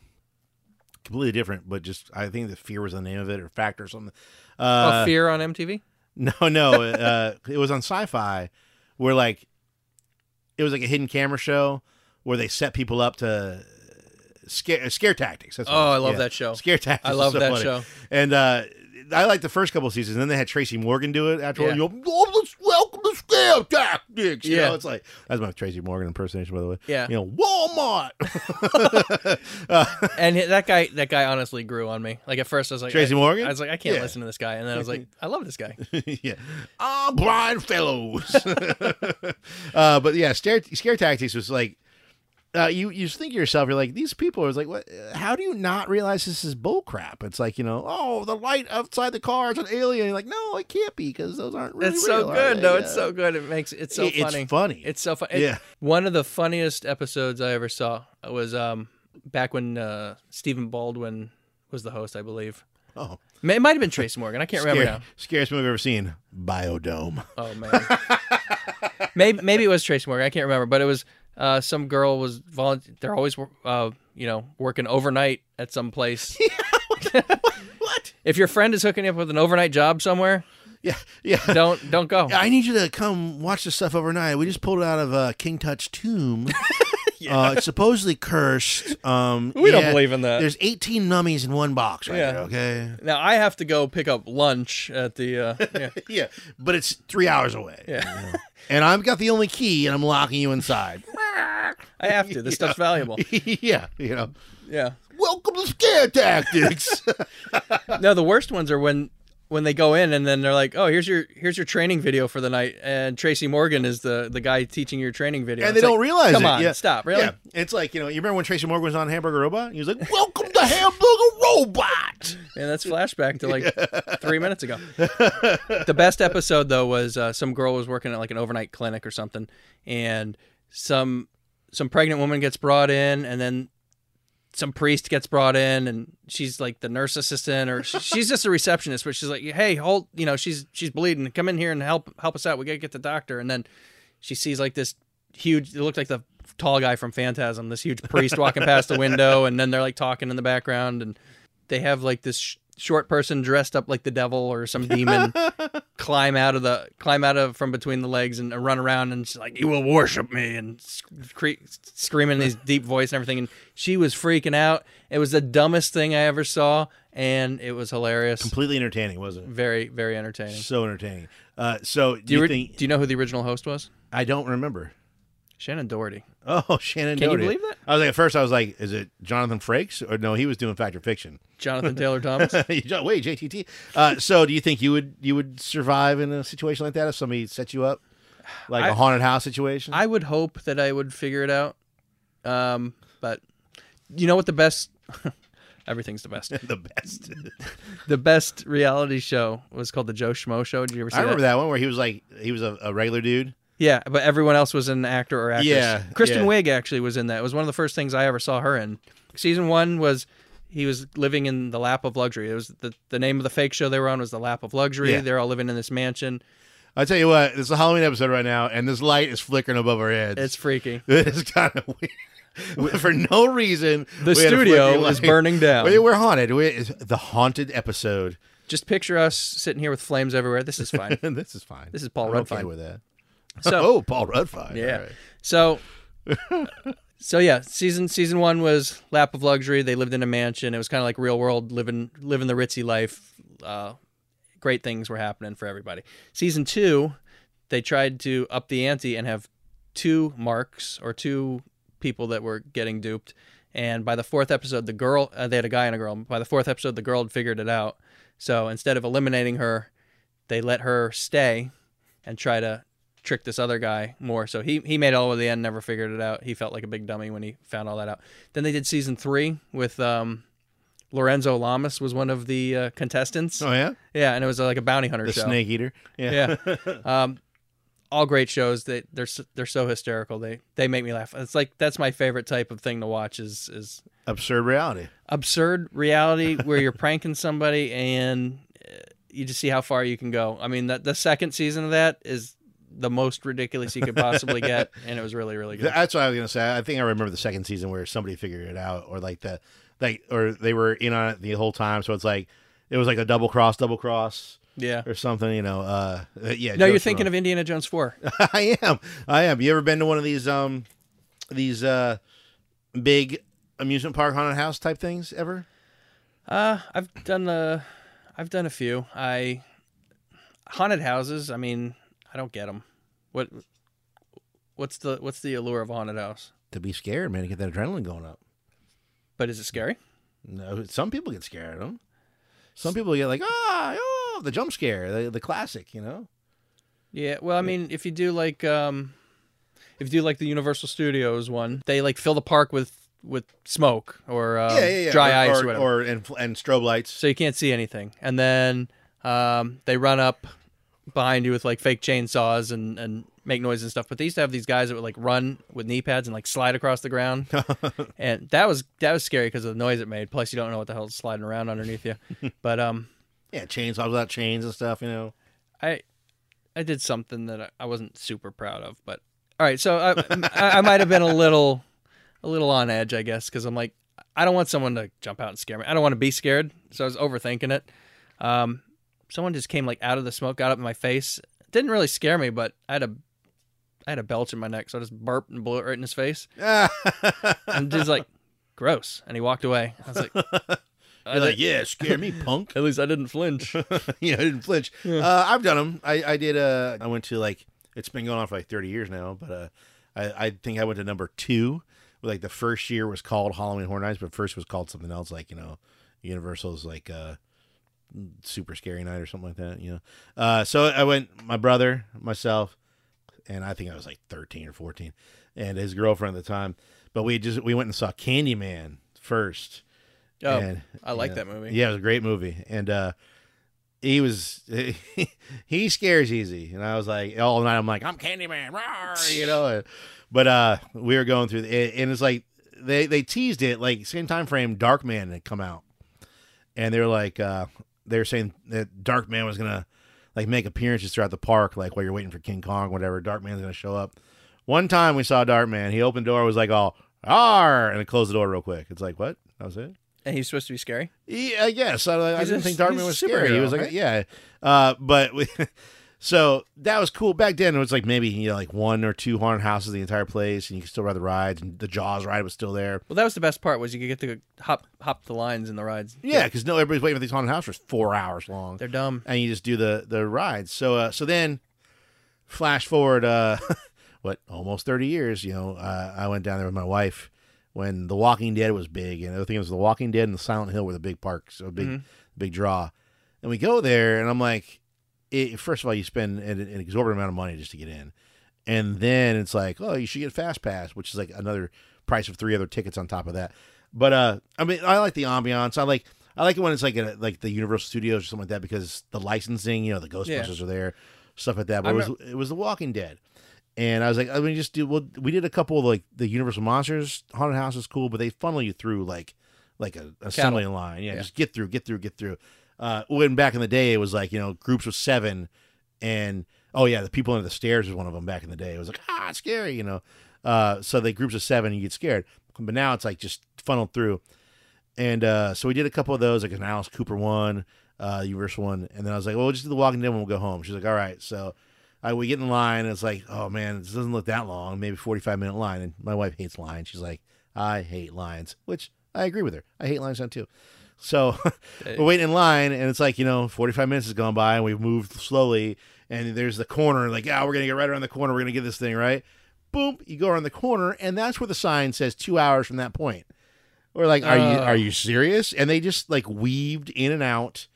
completely different, but just I think the fear was the name of it or factor or something.
oh,
Uh,
fear on MTV
no, no, uh, it was on Sci-Fi, where like it was like a hidden camera show where they set people up to scare uh, scare tactics. That's what it
Oh,
was.
I love that show.
Scare tactics.
I
is
love
so
that
funny.
show.
And uh, I liked the first couple of seasons. Then they had Tracy Morgan do it afterward.
Yeah.
You go, oh, let's welcome to scare tactics. You
Yeah.
know, it's like that's my Tracy Morgan impersonation, by the way.
Yeah.
you know, Walmart.
and that guy that guy honestly grew on me like at first I was like
Tracy
I-
Morgan?
I was like I can't
Yeah.
listen to this guy and then I was like I love this guy
yeah, ah, blind fellows. uh, but yeah, scare, scare tactics was like uh, you you just think to yourself, you're like these people are like, what? How do you not realize this is bull crap? It's like you know, oh, the light outside the car is an alien. You're like, no, it can't be because those aren't really.
it's
real,
so
are
good
they?"
though.
Yeah.
It's so good. It makes it's so
It- it's
funny.
funny.
It's so funny.
Yeah.
One of the funniest episodes I ever saw was um back when uh, Stephen Baldwin was the host, I believe.
oh,
Ma- It might have been Trace Morgan. I can't remember
scary,
now.
scariest movie I've ever seen. Biodome.
Oh man. maybe maybe it was Trace Morgan. I can't remember, but it was uh, some girl was volunteer. They're always uh, you know working overnight at some place.
What?
if your friend is hooking you up with an overnight job somewhere,
Yeah, yeah.
don't don't go.
I need you to come watch this stuff overnight. We just pulled it out of uh, King Tut's tomb. uh, it's supposedly cursed. Um,
We don't believe in that.
There's 18 mummies in one box right
Yeah.
there, okay?
Now I have to go pick up lunch at the. Uh, yeah.
Yeah, but it's three hours away.
Yeah.
you know? and I've got the only key, and I'm locking you inside.
I have to. This stuff's valuable.
yeah, you know.
Yeah.
Welcome to scare tactics.
No, the worst ones are when when they go in and then they're like, "Oh, here's your here's your training video for the night," and Tracy Morgan is the the guy teaching your training video.
and
It's
they don't
like,
realize
Come
it.
on,
yeah.
stop, really?
Yeah. It's like, you know, you remember when Tracy Morgan was on Hamburger Robot? He was like, Welcome to Hamburger Robot.
And that's flashback to like three minutes ago. the best episode though was uh, some girl was working at like an overnight clinic or something, and some some pregnant woman gets brought in, and then some priest gets brought in, and she's like the nurse assistant, or she- she's just a receptionist, but she's like, hey, hold, you know, she's she's bleeding, come in here and help help us out. We gotta get the doctor, and then she sees like this huge it looked like the tall guy from phantasm this huge priest walking past the window and then they're like talking in the background and they have like this sh- short person dressed up like the devil or some demon climb out of the climb out of from between the legs and run around and she's like you will worship me and scre- screaming in his deep voice and everything and she was freaking out it was the dumbest thing i ever saw and it was hilarious
Completely entertaining, wasn't
very very entertaining
it? So entertaining. Uh, so do
do you,
you,
re-
think
do you know who the original host was
I don't remember?
shannon doherty
Oh, Shannon.
Can you
Doherty.
believe that?
I was like, at first, I was like, "Is it Jonathan Frakes?" Or no, he was doing Factor Fiction.
jonathan taylor thomas
Wait, JTT. Uh, so, do you think you would you would survive in a situation like that if somebody set you up, like a
I-
haunted house situation?
I would hope that I would figure it out. Um, but you know what the best everything's the best.
the best.
The best reality show was called the Joe Schmo show. Did you ever see
I remember
that?
that one where he was like he was a, a regular dude.
Yeah, but everyone else was an actor or actress.
Yeah,
Kristen
yeah.
Wiig actually was in that. It was one of the first things I ever saw her in. Season 1 was he was living in the lap of luxury. It was the, the name of the fake show they were on was the lap of luxury.
Yeah.
They're all living in this mansion.
I tell you what, it's a Halloween episode right now, and this light is flickering above our heads.
It's freaky.
it's kind of weird. For no reason,
The
we had a
studio
flickering
is
light.
burning down.
We were haunted. We, it's the haunted episode.
Just picture us sitting here with flames everywhere. This is fine.
this is fine.
This is Paul
I'm
Rudd
Okay
fine.
with that.
So
oh, Paul Rudd fine.
Yeah.
All right.
So, so yeah, season season one was lap of luxury. They lived in a mansion. It was kind of like real world living living the ritzy life. Uh, great things were happening for everybody. Season two, they tried to up the ante and have two marks or two people that were getting duped. And by the fourth episode, the girl uh, they had a guy and a girl. By the fourth episode, the girl had figured it out. So instead of eliminating her, they let her stay and try to trick this other guy more. So he he made it all the way to the end, never figured it out. He felt like a big dummy when he found all that out. Then they did season three with um, Lorenzo Lamas was one of the uh, contestants.
Oh yeah,
Yeah, and it was uh, like a bounty hunter
the
show.
snake eater.
Yeah, um, all great shows. They they're s- they're so hysterical. They they make me laugh. It's like that's my favorite type of thing to watch is is
absurd reality.
absurd reality where you're pranking somebody and uh, you just see how far you can go. I mean, the, the second season of that is the most ridiculous you could possibly get, and it was really, really good.
That's what I was gonna say. I think I remember the second season where somebody figured it out, or like the, like, or they were in on it the whole time. So it's like, it was like a double cross, double cross,
Yeah.
or something. You know, uh, yeah.
No, you're thinking of Indiana Jones 4.
of. I am. I am. You ever been to one of these, um, these uh, big amusement park haunted house type things ever?
Uh, I've done the, I've done a few. I haunted houses. I mean, I don't get them. What, what's the what's the allure of a haunted house?
To be scared, man, to get that adrenaline going up.
But is it scary?
No, some people get scared of them. Some people get like ah, oh, the jump scare, the, the classic, you know.
Yeah. Well, I mean, if you do like, um, if you do like the Universal Studios one, they like fill the park with with smoke or um, dry
or,
ice
or,
or whatever,
or- and, and strobe lights.
so you can't see anything. And then um, they run up behind you with like fake chainsaws and and make noise and stuff. But they used to have these guys that would like run with knee pads and like slide across the ground, and that was that was scary because of the noise it made. Plus, you don't know what the hell's sliding around underneath you. but um,
Yeah, chainsaws without chains and stuff. You know,
I I did something that I- I wasn't super proud of, but all right. So I I, I might have been a little a little on edge, I guess, because I'm like I don't want someone to jump out and scare me. I don't want to be scared, so I was overthinking it. Um, someone just came like out of the smoke, got up in my face. Didn't really scare me, but I had a I had a belch in my neck, so I just burped and blew it right in his face. And he's like, "Gross," and he walked away. I was like, I
You're
was
like, yeah, scare me, punk.
At least I didn't flinch.
you know, I didn't flinch. Uh, I've done them. I, I did. Uh, I went to like it's been going on for like thirty years now, but uh, I, I think I went to number two. Like the first year was called Halloween Horror Nights, but first was called something else, like you know, Universal's like uh, Super Scary Night or something like that. You know, uh, so I went my brother, myself, and I think I was like thirteen or fourteen, and his girlfriend at the time. But we just we went and saw Candyman first.
Oh,
And-
I like
yeah.
that movie.
Yeah, it was a great movie, and uh, he was he scares easy, and I was like all night. I'm like I'm Candyman, rawr, you know. and- But uh, we were going through, the, and it's like they they teased it like same time frame. Darkman had come out, and they were like uh, they were saying that Darkman was gonna like make appearances throughout the park, like while you're waiting for King Kong, whatever. Darkman's gonna show up. One time we saw Darkman. He opened the door, was like all "Arr!" and it closed the door real quick. It's like what? That was it.
And he's supposed to be scary.
He, I guess I, I
He's
didn't
a-
think
he's
Darkman
a
was scary. He
superhero,
was like,
right?
yeah, uh, but we, so that was cool back then. It was like maybe you know, like one or two haunted houses the entire place, and you could still ride the rides. And the Jaws ride was still there.
Well, that was the best part was you could get to go hop hop the lines in the rides.
Yeah, because no, everybody's waiting for these haunted houses for four hours long,
They're dumb.
and you just do the the rides. So uh, so then, flash forward, uh, what almost thirty years. You know, uh, I went down there with my wife when The Walking Dead was big, and I think it was The Walking Dead and the Silent Hill were the big parks, so big
Mhm.
big draw. And we go there, and I'm like, it, first of all, you spend an, an exorbitant amount of money just to get in, and then it's like, oh, you should get a fast pass, which is like another price of three other tickets on top of that. But uh, I mean, I like the ambiance. I like I like it when it's like a, like the Universal Studios or something like that because the licensing, you know, the Ghostbusters are there, stuff like that. But
I'm
it was it was The Walking Dead. And I was like, I mean, just do. Well, we did a couple of like the Universal Monsters haunted house is cool, but they funnel you through like, like a assembly line. Yeah,
Yeah.
just get through, get through, get through. Uh, when back in the day, it was like you know groups of seven, and oh yeah, the people under the stairs was one of them. Back in the day, it was like ah, it's scary, you know. Uh, so they groups of seven, you get scared. But now it's like just funneled through, and uh, so we did a couple of those, like an Alice Cooper one, uh, Universal one, and then I was like, well, we'll just do the Walking Dead when we'll go home. She's like, all right, so. I we get in line and it's like, oh man, this doesn't look that long, maybe forty five minute line. And my wife hates lines. She's like, I hate lines, which I agree with her. I hate lines now too. So we're waiting in line and it's like, you know, forty five minutes has gone by and we've moved slowly and there's the corner, like, yeah, we're gonna get right around the corner, we're gonna get this thing, right? Boom, you go around the corner, and that's where the sign says two hours from that point. We're like, are you
Oh.
are you serious? And they just like weaved in and out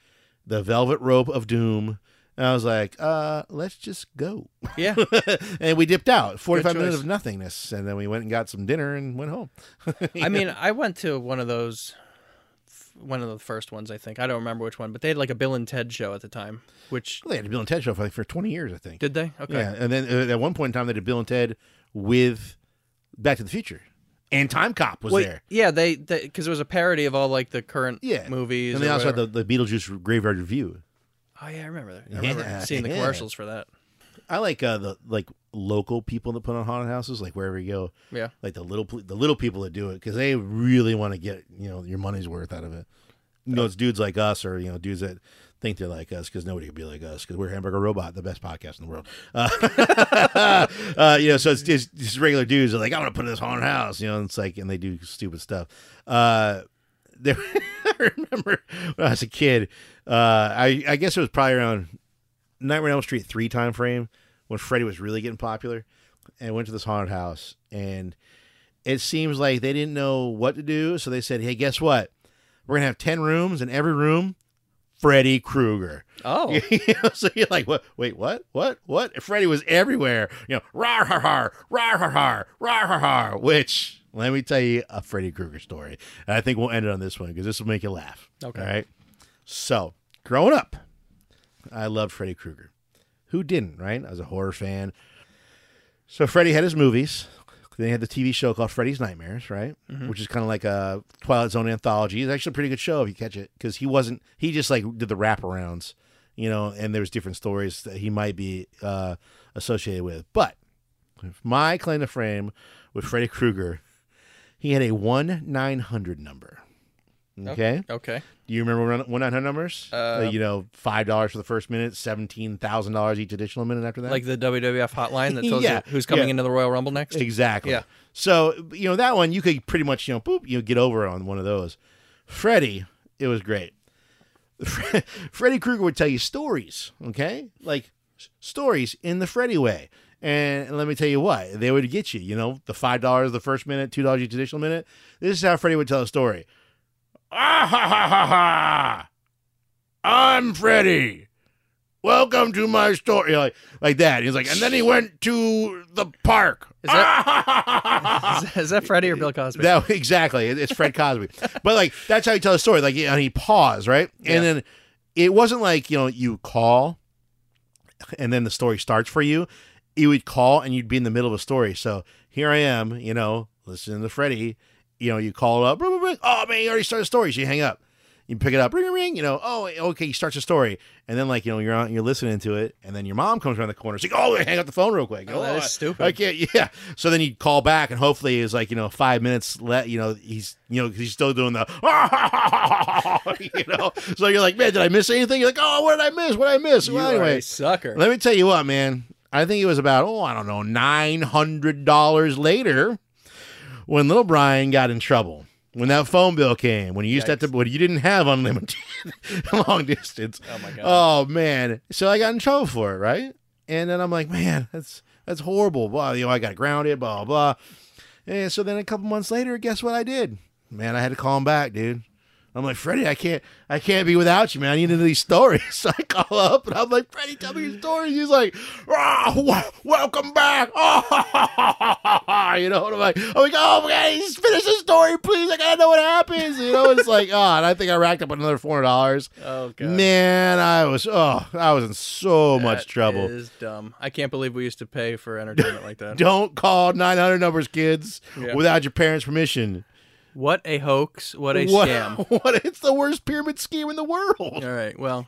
the velvet rope of doom. And I was like, uh, let's just go.
Yeah.
and we dipped out. Forty five minutes
choice.
of nothingness. And then we went and got some dinner and went home.
I mean, I went to one of those, one of the first ones, I think. I don't remember which one, but they had like a Bill and Ted show at the time, which
Well, they had a Bill and Ted show for like for twenty years, I think.
did they? Okay.
Yeah, and then uh, at one point in time, they did Bill and Ted with Back to the Future, and Time Cop was
Wait,
there.
yeah, they because it was a parody of all like the current
Yeah,
movies.
and they
or
also
whatever.
had the, the Beetlejuice Graveyard Review.
Oh yeah, I remember that. I remember
Yeah,
seeing the
yeah.
commercials for that.
I like uh, the like local people that put on haunted houses, like wherever you go,
Yeah.
like the little pl- the little people that do it because they really want to get you know your money's worth out of it. You know, it's dudes like us or you know dudes that think they're like us because nobody could be like us because we're Hamburger Robot, the best podcast in the world. Uh, uh, you know, so it's just, just regular dudes that are like, I'm gonna put in this haunted house, you know, and it's like, and they do stupid stuff. Uh, there, I remember when I was a kid, uh, I I guess it was probably around Nightmare on Elm Street three time frame when Freddy was really getting popular, and went to this haunted house, and it seems like they didn't know what to do, so they said, "Hey, guess what? We're gonna have ten rooms, and every room Freddy Krueger.
Oh,
You know, so you're like, what? Wait, what? What? What? Freddy was everywhere. You know, rar har har, rar har har, rar har har. Which let me tell you a Freddy Krueger story, and I think we'll end it on this one because this will make you laugh.
Okay.
All right. So growing up, I loved Freddy Krueger. Who didn't? Right? I was a horror fan. So Freddy had his movies. Then he had the TV show called Freddy's Nightmares, right? Which is kind of like a Twilight Zone anthology. It's actually a pretty good show if you catch it because he wasn't. He just like did the wraparounds, you know. And there was different stories that he might be uh, associated with. But my claim to fame with Freddy Krueger, he had a one nine hundred number. Okay.
okay.
Do you remember one nine hundred numbers? Uh, you know, five dollars for the first minute, seventeen thousand dollars each additional minute after that.
Like the WWF hotline that tells
Yeah,
you who's coming
yeah.
into the Royal Rumble next.
Exactly.
Yeah.
So you know that one you could pretty much you know boop you know, get over on one of those. Freddy, it was great. Fre- Freddy Krueger would tell you stories, okay, like s- stories in the Freddy way. And and let me tell you what they would get you. You know, the five dollars the first minute, two dollars each additional minute. This is how Freddy would tell a story. Ah ha ha ha ha! I'm Freddy welcome to my store, you know, like like that. He's like, and then he went to the park.
Is Is, that- is that Freddie or Bill Cosby?
that exactly, It- it's Fred Cosby. but like that's how he tells a story. Like, and he paused, right?
Yeah.
And then it wasn't like you know you call, and then the story starts for you. You would call, and you'd be in the middle of a story. So here I am, you know, listening to Freddie. You know, you call up, ring, ring, ring. oh man, you already started a story. So you hang up, you pick it up, ring, ring, ring. You know, oh okay, he starts a story, and then like you know you're on, you're listening to it, and then your mom comes around the corner. She's like, oh, hang up the phone real quick.
Oh, that is
I-
stupid.
I can't. Yeah. So then you call back, and hopefully it's like you know five minutes. Let you know he's you know 'cause he's still doing the you know. So you're like, man, did I miss anything? You're like, oh, what did I miss? What did I miss?
you
well,
are
anyway,
a sucker.
let me tell you what, man. I think it was about oh, I don't know, nine hundred dollars later, when little Brian got in trouble. When that phone bill came, when you used to have to, when you didn't have unlimited long distance,
oh my god.
Oh man! So I got in trouble for it, right? And then I'm like, man, that's that's horrible. Blah, you know, I got grounded. Blah blah. And so then a couple months later, guess what I did? Man, I had to call him back, dude. I'm like, Freddie, I can't, I can't be without you, man. I need to know these stories. So I call up and I'm like, Freddie, tell me your stories. He's like, ah, w- welcome back. Oh, you know, and I'm like, I'm like, oh my god, just finish the story, please. I gotta know what happens. You know, it's like, oh, and I think I racked up another four hundred dollars.
oh god.
Man, I was oh, I was in so much
That
trouble.
is dumb. I can't believe we used to pay for entertainment like that.
Don't call 900 numbers, kids,
Yeah.
without your parents' permission.
What a hoax! What a scam!
What? It's the worst pyramid scheme in the world.
All right. Well,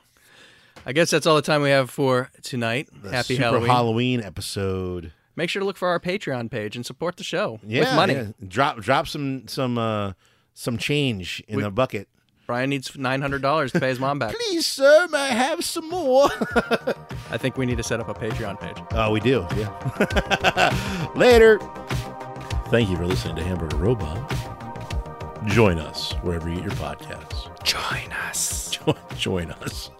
I guess that's all the time we have for tonight.
The
Happy
Super
Halloween.
Halloween episode.
Make sure to look for our Patreon page and support the show
Yeah,
with money.
yeah. Drop drop some some uh some change in
We-
the bucket.
Brian needs nine hundred dollars to pay his mom back.
Please, sir, may I have some more?
I think we need to set up a Patreon page.
Oh, we do. Yeah. Later. Thank you for listening to Hamburger Robot. Join us wherever you get your podcasts.
Join us.
Join us.